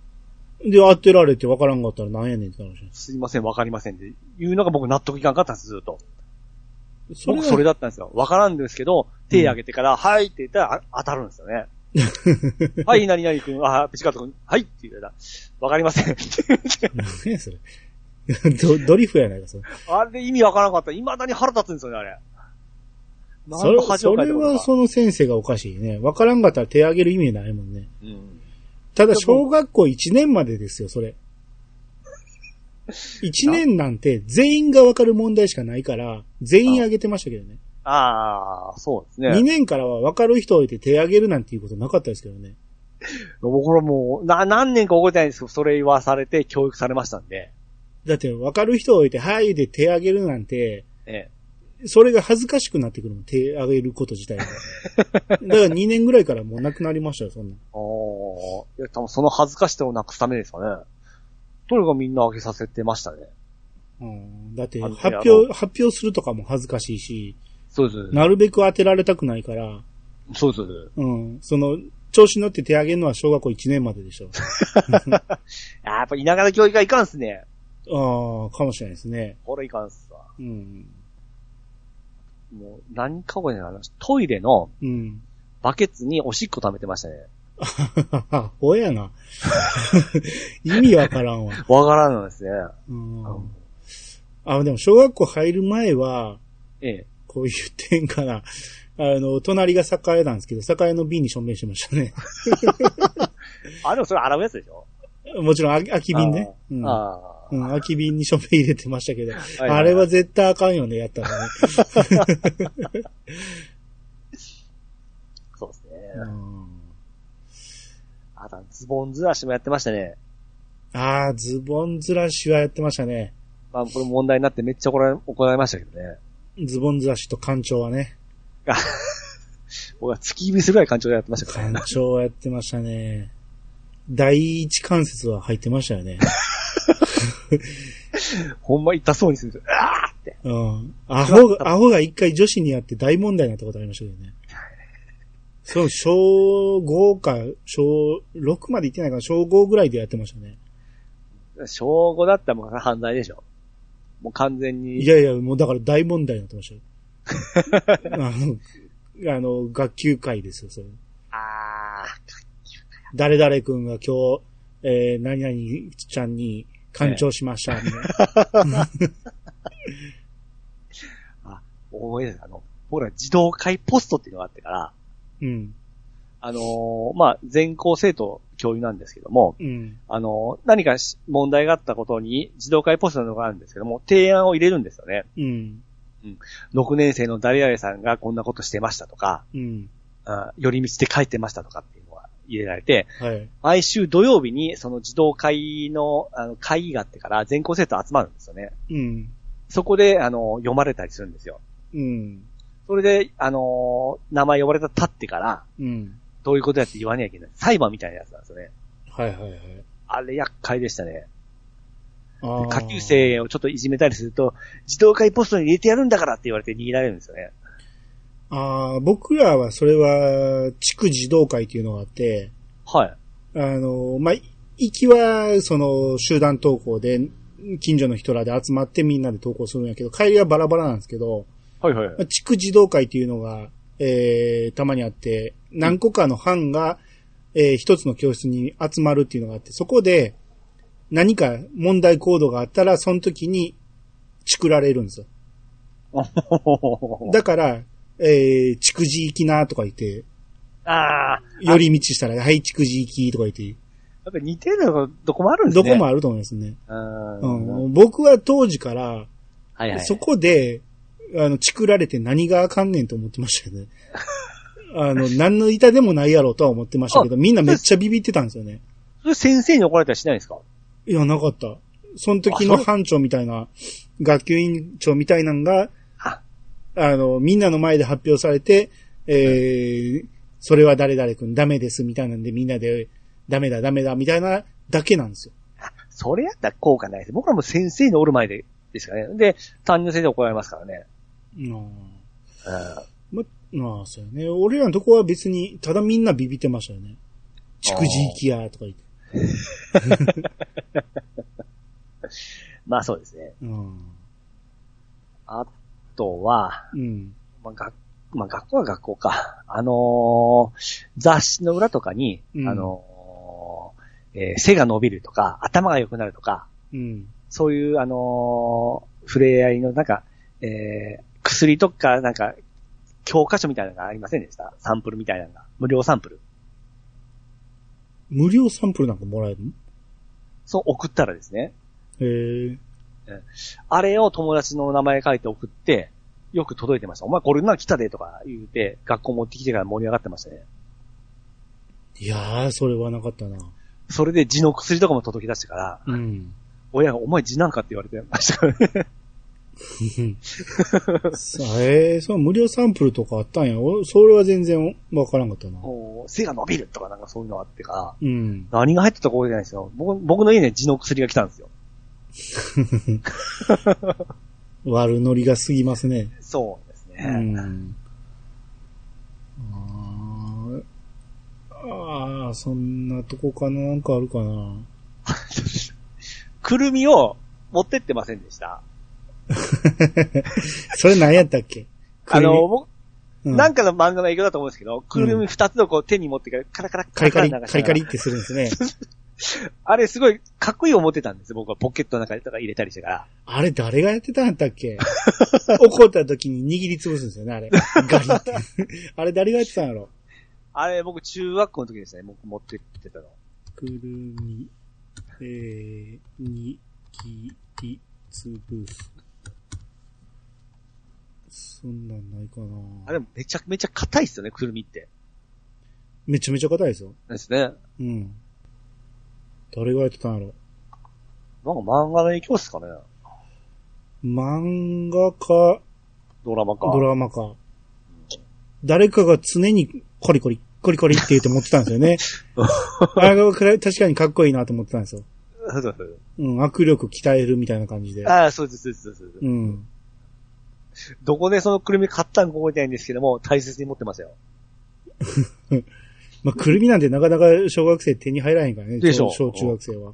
S1: で、当てられて分からんかったらなんやねんって話なんです
S2: いません、わかりませんっていうのが僕納得いかんかったんです、ずっと。
S1: す。
S2: 僕それだったんですよ。わからんですけど、手挙げてから、はいって言ったらあ当たるんですよね。 はい、何々君、あ、ピチカート君、はいって言うたら、わかりません。
S1: 何やそれ。ドドリフやないか、それ。
S2: あれ意味わからなかった。未だに腹立つんですよね、あれ。なん
S1: それ
S2: と恥
S1: そ
S2: をかい
S1: れ
S2: てこと
S1: は
S2: か
S1: その先生がおかしいね。分からんかったら手上げる意味ないもんね。
S2: うん
S1: ただ、小学校1年までですよ、それ。1年なんて全員が分かる問題しかないから、全員上げてましたけどね。
S2: ああ、そうです
S1: 2
S2: ね。
S1: 年からは分かる人置いて手上げるなんていうことなかったですけどね。
S2: 僕らもう、な、何年か覚えてないんですけど、それ言わされて教育されましたんで。
S1: だって分かる人置いて、はいで手上げるなんて、
S2: ええ。
S1: それが恥ずかしくなってくるの、手上げること自体 が。だから2年ぐらいからもうなくなりましたよ、そんなん。
S2: おーいや、多分その恥ずかしさをなくすためですかね。とにかくみんな上げさせてましたね。
S1: うん、だって、
S2: あの
S1: 発表、発表するとかも恥ずかしいし、
S2: そうです。
S1: なるべく当てられたくないから、
S2: そうです。
S1: うん、その、調子乗って手上げるのは小学校1年まででし ょ。
S2: あーやっぱ田舎の教育はいかんっすね。
S1: ああ、かもしれないですね。
S2: これいかんっすわ。
S1: うん。
S2: もう、何か覚えてない話。トイレの
S1: うん。
S2: バケツにおしっこ溜めてましたね。
S1: ほやな。 意味わからんわ。
S2: わからんのですね。
S1: うん。あ、でも小学校入る前は、
S2: ええ。
S1: こう言ってんかな。あの、隣が酒屋なんですけど、酒屋の瓶に署名してましたね。
S2: あ、でもそれ洗うやつでしょ
S1: もちろんあ、空き瓶ね。
S2: あー
S1: うん。
S2: あ
S1: うん、空き瓶に署名入れてましたけど、
S2: ー。いいい
S1: あれは絶対あかんよね、やったらね。うん
S2: あと、ズボンずらしもやってましたね。
S1: ああ、ズボンずらしはやってましたね。
S2: まあ、これ問題になってめっちゃ怒られ、怒られましたけどね。
S1: ズボンずらしと艦長はね。
S2: 僕は突き指するぐらい感情でやってましたから
S1: 艦
S2: ね。
S1: 長はやってましたね。第一関節は入ってましたよね。
S2: ほんま痛そうにするんですよ。あーって。
S1: うん。アホが、アホが一回女子にやって大問題になったことありましたけどね。そう、小5か、小6まで行ってないから、小5ぐらいでやってましたね。
S2: 小5だったらもう犯罪でしょ。もう完全に。
S1: いやいや、もうだから大問題になってました よ。あの、あの、学級会ですよ、それ。
S2: あ
S1: 誰々君が今日、えー、何々ちゃんに干潮しました、みたいな
S2: ー、思い出す。あの、僕ら自動会ポストっていうのがあってから、
S1: うん。
S2: あのーまあ、全校生徒教諭なんですけども、
S1: うん。
S2: あのー何かし問題があったことに自動会ポストのがあるんですけども、提案を入れるんですよね。
S1: うん。
S2: 6年生の誰々さんがこんなことしてましたとか、
S1: うん。
S2: あ寄り道で書いてましたとかっていうのが入れられて、
S1: はい。
S2: 毎週土曜日にその自動会のあの会議があってから全校生徒集まるんですよね。
S1: うん。
S2: そこで、あの、読まれたりするんですよ。
S1: うん。
S2: それで、あのー名前呼ばれた立ってから、
S1: うん。
S2: どういうことやって言わなきゃいけない。裁判みたいなやつなんですよね。
S1: はいはいはい。
S2: あれ、厄介でしたね。
S1: あー
S2: で下級。生をちょっといじめたりすると、自動会ポストに入れてやるんだからって言われて逃げられるんですよね。
S1: ああ、僕らはそれは、地区児童会っていうのがあって、
S2: はい。
S1: あの、まあ、行きは、その、集団登校で、近所の人らで集まってみんなで登校するんやけど、帰りはバラバラなんですけど、
S2: はいはい
S1: まあ地区児童会っていうのが、えー、たまにあって、何個かの班が、えー、一つの教室に集まるっていうのがあって、そこで、何か問題行動があったら、その時に、チクられるんですよ。だから、えー、チクジ行きなとか言って、
S2: ああ、
S1: 寄り道したら、はい、チクジ行きとか言って、
S2: やっぱり似てるのがどこもあるんです
S1: ど
S2: ね。
S1: こもあると思いますね。
S2: うー。
S1: うんん、僕は当時から、
S2: はいはい。
S1: そこで、あの、チクられて何があかんねんと思ってましたよ ね。あの、何の板でもないやろうとは思ってましたけど、みんなめっちゃビビってたんですよね。
S2: それ先生に怒られたりしないんですか
S1: いや、なかった。その時
S2: あ
S1: の
S2: そう
S1: 班長みたいな、学級委員長みたいなんが、
S2: あ
S1: あの、みんなの前で発表されて、えーそれは誰々君ダメですみたいなんで、みんなで、ダメだダメだみたいなだけなんですよ。
S2: それやったら効果ないです。僕らも先生のおる前で、ですかね。で、担任の先生怒られますからね。
S1: うん
S2: うん
S1: ま、まあ、そうよね。俺らのとこは別に、ただみんなビビってましたよね。築地行きや、とか言って。
S2: まあそうですね。
S1: うん。
S2: あとは、
S1: うん。
S2: まあ、学まあ、学校は学校か。 あのー雑誌の裏とかに、
S1: うん
S2: あのーえー背が伸びるとか、頭が良くなるとか、
S1: うん。
S2: そういう、あのー触れ合いの、なんか、えー薬とか、なんか、教科書みたいなのがありませんでしたサンプルみたいなのが。無料サンプル。
S1: 無料サンプルなんかもらえる
S2: そう、送ったらですね。
S1: のへえ。
S2: あれを友達の名前書いて送って、よく届いてました。お前これなんか来たでとか言うて、学校持ってきてから盛り上がってましたね。
S1: いやー、それはなかったな。
S2: それで字の薬とかも届き出してから、
S1: うん。
S2: 親がお前字なんかって言われてましたからね。
S1: さあえー、その無料サンプルとかあったんや。俺それは全然わからんかったな。
S2: もう背が伸びるとかなんかそういうのあってから、
S1: うん。
S2: 何が入ってたか覚えてないんですよ。僕僕の家には字の薬が来たんですよ。
S1: 悪ノリが過ぎますね。
S2: そうですね。
S1: うん。あーあー、そんなとこかななんかあるかな。
S2: くるみを持ってってませんでした。
S1: それ何やったっけ
S2: あの、、僕、
S1: くるみ
S2: なんかの漫画の影響だと思うんですけど、くるみ二つをこう手に持ってからカラカラ
S1: カリカリ、
S2: 流しながら
S1: カリカリってするんです ね。
S2: あれすごいかっこいい思ってたんですよ僕はポケットの中にとか入れたりしてから。
S1: あれ誰がやってたんやったっけ怒った時に握りつぶすんですよね、あれ。ガリって。 あれ誰がやってたんやろ
S2: あれ僕中学校の時ですね、僕持ってってたの。
S1: くるみ、えー、握りつぶす。そんなんないかな
S2: あれめちゃめちゃ硬いっすよね、くるみって。
S1: めちゃめちゃ硬いですよ。
S2: ですね。なんか
S1: うん。誰がやってたんやろ。
S2: 漫画の影響っすかね。
S1: 漫画か、
S2: ドラマか。
S1: ドラマか。誰かが常にコリコリ、コリコリって言って持ってたんですよ ね。あれが確かにかっこいいなと思ってたんですよ。
S2: そうそうそう
S1: うん、握力鍛えるみたいな感じで。
S2: ああ、そうです、そうです、そうで
S1: うん。
S2: す。どこでそのくるみ買ったんか覚えてないんですけども、大切に持ってますよ。
S1: まあ、くるみなんてなかなか小学生手に入らへんからね。
S2: でしょ
S1: 小小中学生は。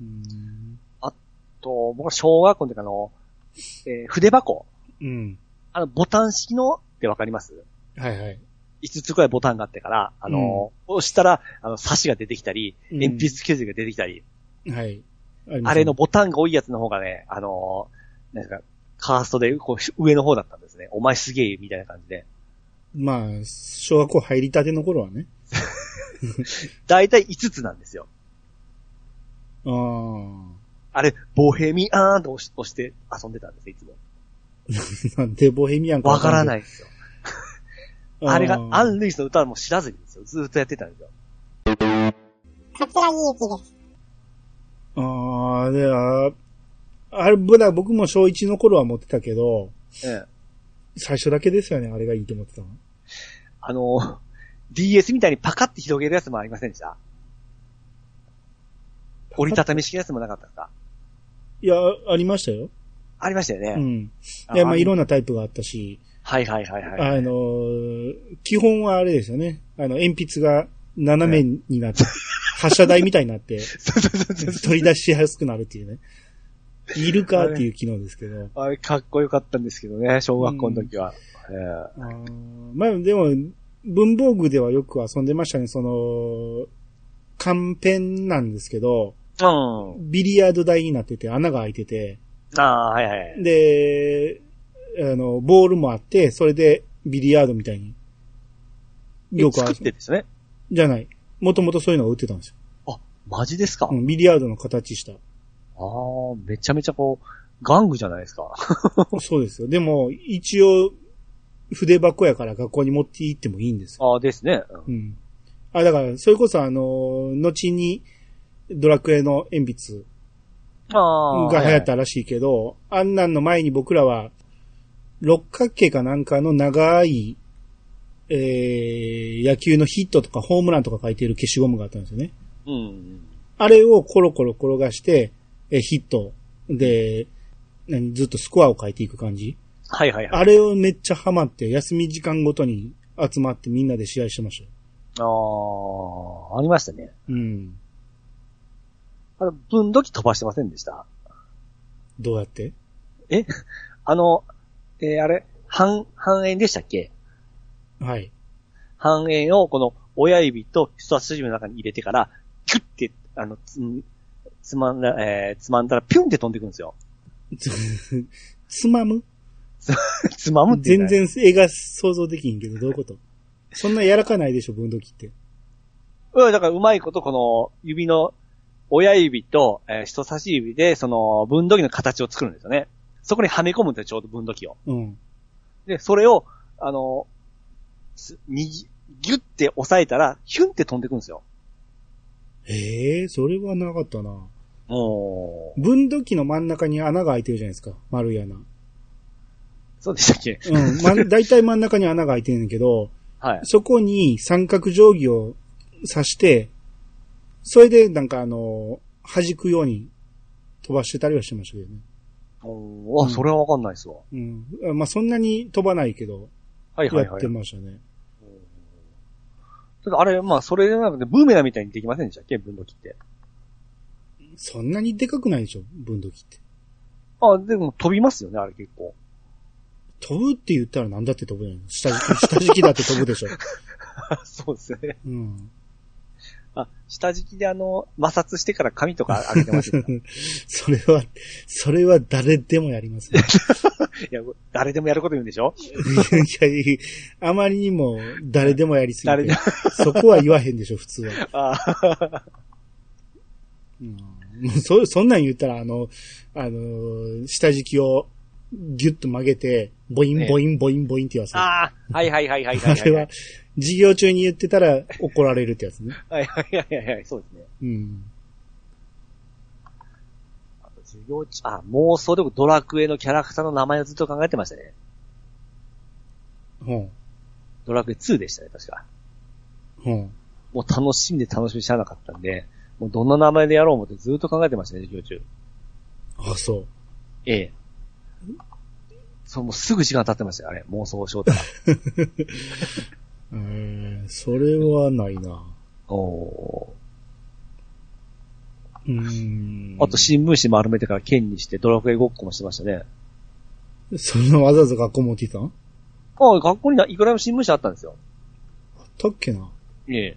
S1: うん。
S2: と、僕は小学校の時あの、えー筆箱。
S1: うん。
S2: あの、ボタン式のってわかります
S1: はいはい。
S2: 5つくらいボタンがあってから、あの、押したら、あの、差しが出てきたり、
S1: うん
S2: 鉛筆削りが出てきたり、
S1: はい。ありますね
S2: あれの。ボタンが多いやつの方がね、あのー、なんか、カーストでこう上の方だったんですね。お前すげえ、みたいな感じで。
S1: まあ、小学校入りたての頃はね。
S2: だいたい5つなんですよ。
S1: ああ。
S2: あれ、ボヘミアーンと押し押して遊んでたんですよ、いつ も。
S1: なんでボヘミアン。
S2: わからないいんですよ。あれが、ア
S1: あ
S2: ン・ルイスの歌はもう知らずにですよ。ずーっとやってたんですよ。
S1: あー、で、あーあれ、まだ僕も小1の頃は持ってたけど、
S2: ええ。
S1: 最初だけですよね、あれがいいと思ってたの。
S2: あのー、DS みたいにパカって広げるやつもありませんでした折りたたみ式のやつもなかったですか
S1: いや、ありましたよ。
S2: ありましたよね。
S1: うん。いや、まあ、いろんなタイプがあったし、
S2: はいはいはいはい。
S1: あのー、基本はあれですよね。あの、鉛筆が斜めになって、発射台みたいになって、
S2: そうそうそうそう。
S1: 取り出しやすくなるっていうね。いるかっていう機能ですけど。
S2: あれ、かっこよかったんですけどね、小学校の時は。え
S1: あーまあでも、文房具ではよく遊んでましたね。その、缶ペンなんですけど、
S2: えうん。
S1: ビリヤード台になってて穴が開いてて、
S2: ああ、はいはい。
S1: で、あの、ボールもあって、それでビリヤードみたいに。よくあ
S2: 作ってですね。
S1: じゃない。もともとそういうのを売ってたんですよ。
S2: マジですか、
S1: うん、ビリヤードの形 した。
S2: ああ、めちゃめちゃこう、玩具じゃないですか。
S1: そうですよ。でも、一応、筆箱やから学校に持って行ってもいいんですよ
S2: ああ、ですね。うん
S1: うん。あ、だから、それこそあのー、後に、ドラクエの鉛筆
S2: ああ。
S1: が流行ったらしいけど、あんなんの前に僕らは、六角形かなんかの長い、えー、野球のヒットとかホームランとか書いてる消しゴムがあったんですよね。
S2: うんうん。
S1: あれをコロコロ転がして、えーヒットで、何ずっとスコアを書いていく感じ。
S2: はいはいはい。
S1: あれをめっちゃハマって、休み時間ごとに集まってみんなで試合してましたよ。
S2: ああ、ありましたね。
S1: うん。
S2: あの、分度器飛ばしてませんでした
S1: どうやって
S2: あの、えーあれ、半、半円でしたっけ
S1: はい。
S2: 半円をこの親指と人差し指の中に入れてから、キュッて、あの、つん、つまんだ、えーつまんだらピュンって飛んでいくんですよ。
S1: つつまむ
S2: つまむっていうか
S1: 全。然絵が想像できんけど、どういうことそんなやらかないでしょ、分度器って。
S2: うん、だからうまいことこの指の、親指と、えー人差し指で、その、分度器の形を作るんですよね。そこにはめ込むんですよ、ちょうど分度器を。
S1: うん。
S2: で、それを、あの、すにぎ、ギュッて押さえたら、ヒュンって飛んでいくんですよ。
S1: ええそれはなかったな。
S2: もう、
S1: 分度器の真ん中に穴が開いてるじゃないですか。丸い穴。うん。
S2: そうでしたっけ
S1: ま、大体真ん中に穴が開いてるんだけど、
S2: はい。
S1: そこに三角定規を刺して、それでなんかあの、弾くように飛ばしてたりはしてましたけどね。
S2: おーあ、それはわかんないっすわ。
S1: うんあ。まあ、そんなに飛ばないけど、
S2: はい
S1: や
S2: はいは
S1: っ
S2: い
S1: て。ましたね。
S2: ただあれ、まあ、それじゃなくて、ブーメランみたいにできませんでしたっけ分度器って。
S1: そんなにでかくないでしょ、分度器って。
S2: あ、でも飛びますよね、あれ結構。
S1: 飛ぶって言ったら何だって飛ぶじゃない下敷き、下敷きだって飛ぶでしょ。
S2: そうですね。
S1: うん。
S2: あ、下敷きであの、摩擦してから紙とか上げてました よ。
S1: それは、それは誰でもやり ますね。
S2: いや、誰でもやること言うんでしょ
S1: いやいや、あまりにも誰でもやりすぎ
S2: 誰
S1: て
S2: でも。
S1: そこは言わへんでしょ、普通は。
S2: あー
S1: うん、もうそ、そんなん言ったら、あの、あのー下敷きをギュッと曲げて、ボインボインボインボインって言わせる。
S2: あー、はいはいはいはいは
S1: あ
S2: い、は
S1: れ
S2: い。
S1: は、授業中に言ってたら怒られるってやつね。
S2: はいはいはいはいはい、そうですね。
S1: うん。
S2: あと授業中、あ、妄想力ドラクエのキャラクターの名前をずっと考えてましたね。
S1: ほん。
S2: ドラクエ2でしたね、確か。
S1: ほん。
S2: もう楽しんで楽しみにしゃあなかったんで、もうどんな名前でやろう思ってずっと考えてましたね、授業中。
S1: あ、そう。
S2: ええ。そう、もうすぐ時間経ってましたよ、あれ。妄想症だ。
S1: えー、それはないな。
S2: お
S1: う
S2: ー
S1: ーん。
S2: あと新聞紙丸めてから剣にしてドラクエごっこもしてましたね。
S1: そんなわざわざ学校持ってきたん
S2: ああ、学校にないくらでも新聞紙あったんですよ。
S1: あったっけな。
S2: ええ。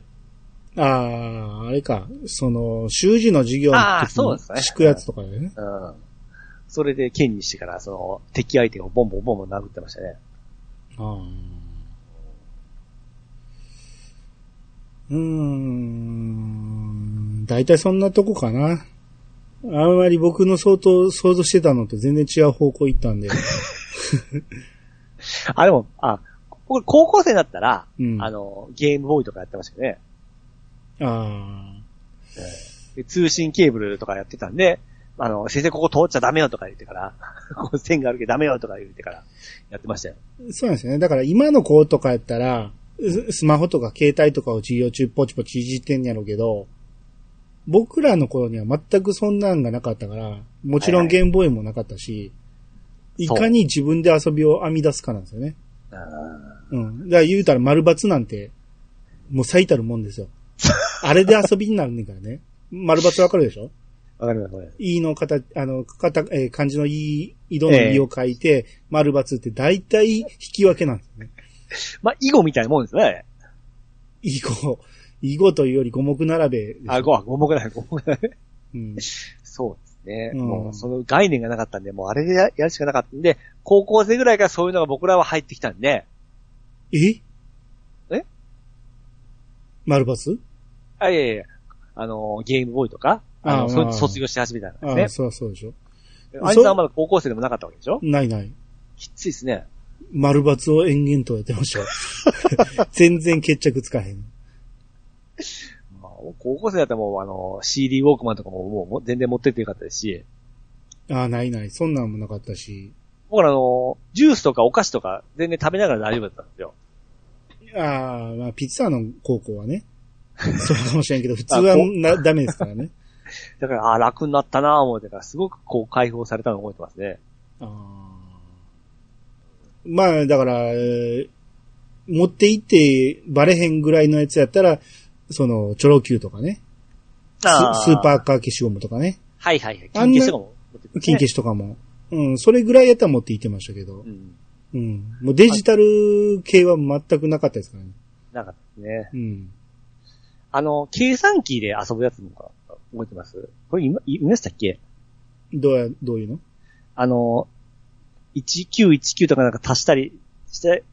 S1: あー、あれか。その、習字の授業の
S2: あー
S1: 時
S2: そう
S1: に
S2: ですね
S1: 敷くやつとかだよね。
S2: うん。それで剣にしてから、その、敵相手をボンボンボンボン殴ってましたね。
S1: あーうーん。大体そんなとこかな。あんまり僕の相当想像してたのと全然違う方向行ったんで。
S2: あ、でも、あ、僕、高校生だったら、
S1: うん。
S2: あの、ゲームボーイとかやってましたよね。
S1: あ
S2: で通信ケーブルとかやってたんで、あの、先生ここ通っちゃダメよとか言ってから、 ここ線があるけどダメよとか言ってから、やってましたよ。
S1: ーそうなんですよね。だから今の子とかやったら、ススマホとか携帯とかを授業中ポチポチいじってんやろうけど、僕らの頃には全くそんなんがなかったから、もちろ
S2: はい
S1: ん
S2: はい
S1: ゲームボーイもなかったし、い
S2: そう
S1: かに自分で遊びを編み出すかなんですよね。
S2: あー
S1: うん。だから言うたら丸抜なんて、もう最たるもん ですよ。あれで遊びになるねんからね。丸抜わかるでしょ
S2: わかります、これ。
S1: いいの形、あの、形、えー漢字のいい、井戸のいいを書いて、丸抜って大体引き分けなんですよね。
S2: まあ、囲碁みたいなもんですね。
S1: 囲碁、囲碁というより五目並べですよ
S2: あ、5、あ五目ない、5目ない。
S1: うん。
S2: そうですね。
S1: うん
S2: もう、その概念がなかったんで、もうあれでややるしかなかったんで、高校生ぐらいからそういうのが僕らは入ってきたんで、
S1: え
S2: え
S1: 丸抜
S2: あ、いやいやいやあの、ゲームボーイとか、
S1: あ
S2: あの、
S1: ー
S2: そういうの卒業し始めたん
S1: ああ、
S2: です
S1: そうそうでしょ。
S2: ね。
S1: そう
S2: あいつはまだ高校生でもなかったわけでしょ
S1: ないない。
S2: きついですね。
S1: 丸抜を延々とやってま したよ。全然決着つかへん。
S2: まあ、高校生だったらもう、あの、CD ウォークマンとかももうもう全然持ってってよかったですし、
S1: ああ、ないない。そんなんもなかったし。
S2: 僕らあの、ジュースとかお菓子とか全然食べながら大丈夫だったんですよ。
S1: ああ、まあ、ピッツァの高校 はね。そうかもしれんけど、普通はな、ダメですからね。
S2: だから、あー楽になったなぁ思ってから、すごくこう解放されたのを覚えてますね。
S1: あーまあ、だから、えー持って行ってバレへんぐらいのやつやったら、その、チョロ Q とかね。ススーパー
S2: ー。
S1: カー消しゴムとかね。
S2: はいはいはい。金消しとかも持ってってね
S1: 金消しとかも。うん、それぐらいやったら持って行ってましたけど
S2: う。ん。
S1: うん。もうデジタル系は全くなかったですからね。
S2: なかったですね。
S1: うん。
S2: あの、計算機で遊ぶやつのか、覚えてますこれ今、いましたっけ
S1: どうや、どういうの
S2: あの、1919とかなんか足したりして、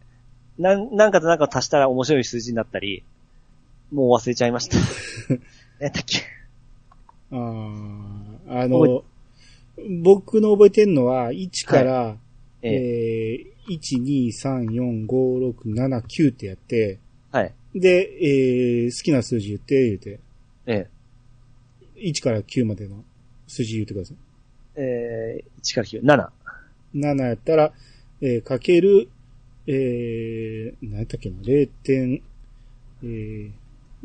S2: なん、なんかとなんか足したら面白い数字になったり、もう忘れちゃい ました。何だっけ
S1: あーあの、僕の覚えてんのは、1から、
S2: ええ
S1: えー、1、2、3、4、5、6、7、9ってやって、
S2: はい。
S1: で、えー、好きな数字言って、言うて、
S2: え
S1: 1から9までの数字言ってください。
S2: ええー、1から9、7。
S1: 7やったら、えー、かける、えー、何やったっけな、0. 点、えー、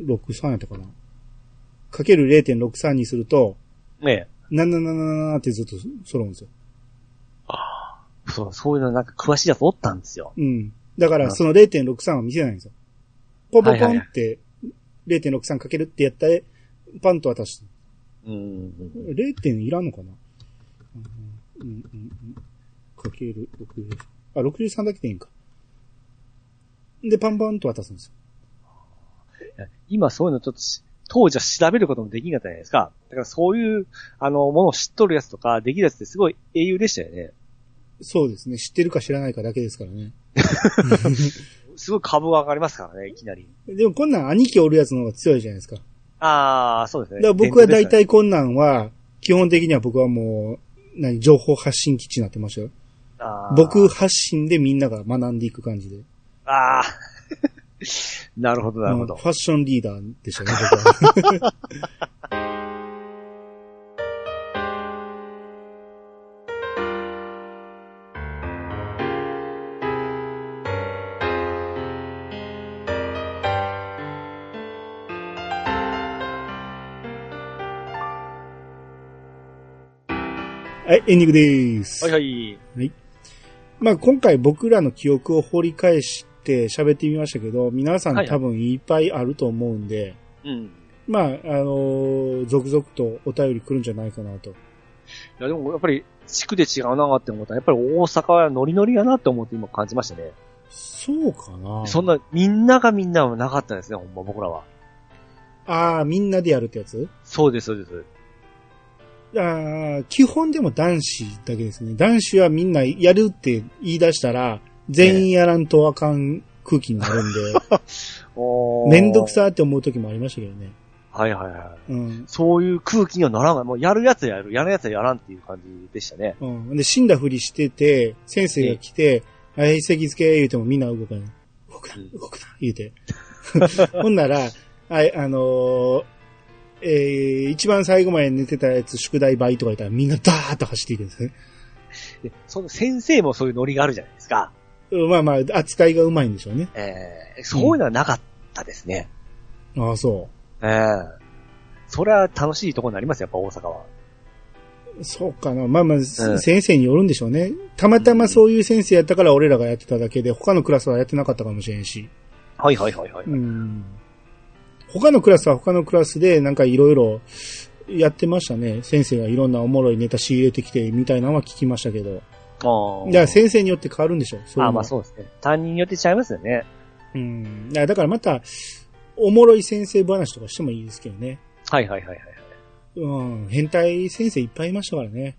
S1: 63やったかな。かける0.63にすると、
S2: ええ。
S1: 777ってずっと揃うんですよ。
S2: そう、そういうのなんか詳しいやつおったんですよ。
S1: うん。だから、その0.63は見せないんですよ。ポンポンポンって、0.63かけるってやったら、パンと渡して。
S2: うん。
S1: 0. 点いらんのかなうんうんうんうんかける60。あ、63だけでいいんか。で、パンパンと渡すんですよ。
S2: 今そういうのちょっとし、当時は調べることもできなかったじゃないですか。だからそういう、あの、ものを知っとるやつとか、できるやつってすごい英雄でしたよね。
S1: そうですね。知ってるか知らないかだけですからね。
S2: すごい株が上がりますからね、いきなり。
S1: でもこんなん兄貴おるやつの方が強いじゃないですか。だか
S2: ああ、そうですね。
S1: ら僕は大
S2: 伝統です
S1: 体こんなんは、基本的には僕はもう、何、情報発信基地になってましたよ。
S2: からね、あー
S1: 僕発信でみんなが学んでいく感じで。
S2: ああ。 なるほど、なるほ
S1: う
S2: ど
S1: んフ。ァッションリーダーでしたね、僕は。はい、エンディングです。
S2: はいはい。
S1: まあ今回僕らの記憶を掘り返して喋ってみましたけど、皆さ
S2: は
S1: ん
S2: い
S1: 多分いっぱいあると思うんで、
S2: うん。い
S1: まあ、あのー続々とお便り来るんじゃないかなと。
S2: や、でもやっぱり、地区で違うなって思ったら、やっぱり大阪はノリノリやなって思って今感じましたね。
S1: そうかな
S2: そんな、みんながみんなはなかったですね、ほんま僕らは。
S1: ああ、みんなでやるってやつ
S2: そうです、そうです。
S1: ああ、基本でも男子だけですね。男子はみんなやるって言い出したら、全員やらんとあかん空気になるんで、
S2: おー
S1: めんどくさーって思う時もありましたけどね。
S2: はいはいはい。
S1: うん。
S2: そういう空気にはならない。もうやるやつはやる、やるやつはやらんっていう感じでしたね。
S1: うん。で、死んだふりしてて、先生が来て、あい、席付け言うてもみんな動かない。動くな
S2: うん、
S1: 動くな、言うて。 ほんなら、はい、あのーえー、一番最後まで寝てたやつ、宿題倍とか言ったらみんなダーッと走っていくんですね。
S2: で、その先生もそういうノリがあるじゃないですか。
S1: うんまあまあ、扱いがうまいんでしょうね。
S2: えー、そういうのはなかったですね。
S1: ああ、そ
S2: ええそれは楽しいところになりますよ、やっぱ大阪は。
S1: う。そうかな。まあまあ、す
S2: うん
S1: 先生によるんでしょうね。たまたまそういう先生やったから俺らがやってただけで、他のクラスはやってなかったかもしれんし。
S2: はいはいはいはい。
S1: うん他のクラスは他のクラスでなんかいろいろやってましたね。先生がいろんなおもろいネタ仕入れてきてみたいなのは聞きましたけど。
S2: あ
S1: だから先生によって変わるんでしょそ
S2: あーまあ
S1: う
S2: そうですね。担任によってちゃいますよね。
S1: いうの。うん。だからだからまた、おもろい先生話とかしてもいいですけどね。
S2: はいはいはいはい。
S1: うん。変態先生いっぱいいましたからね。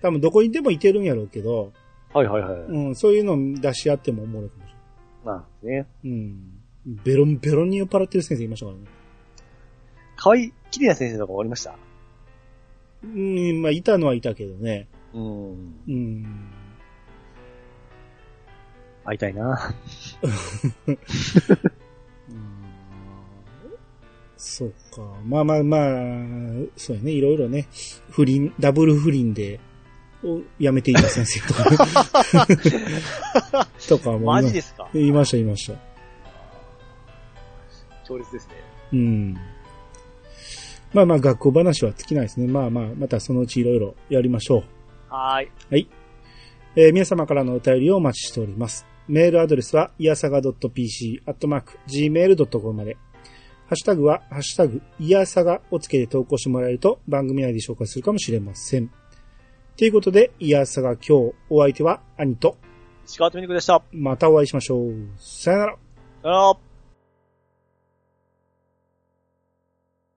S1: 多分どこにでもいてるんやろうけど、
S2: はいはいはい。
S1: うん、そういうの出し合ってもおもろいかもし
S2: まあね。
S1: れない。うん。ベロンベロンに酔っ払ってる先生いましたからね。
S2: 可愛い、綺麗な先生とかおりました
S1: うん、まあいたのはいたけどね。
S2: うん。
S1: うん。
S2: 会いたいな。
S1: そうか。まあまあまあ、そうやね。いろいろね。不倫、ダブル不倫で、をやめていた先生と か、とかもいま
S2: マジですか
S1: いました、いました。
S2: 強烈ですね。
S1: うん。まあまあ、学校話は尽きないですね。まあまあ、またそのうちいろいろやりましょう。
S2: はーい。
S1: えー皆様からのお便りをお待ちしております。メールアドレスは、いやさが .pc、アットマーク、gmail.com まで。ハッシュタグは、ハッシュタグ、いやさがをつけて投稿してもらえると、番組内で紹介するかもしれません。ということで、いやさが今日、お相手は、兄と、
S2: 石川とみにくでした。さ
S1: またお会いしましょう。さよなら。
S2: よなら。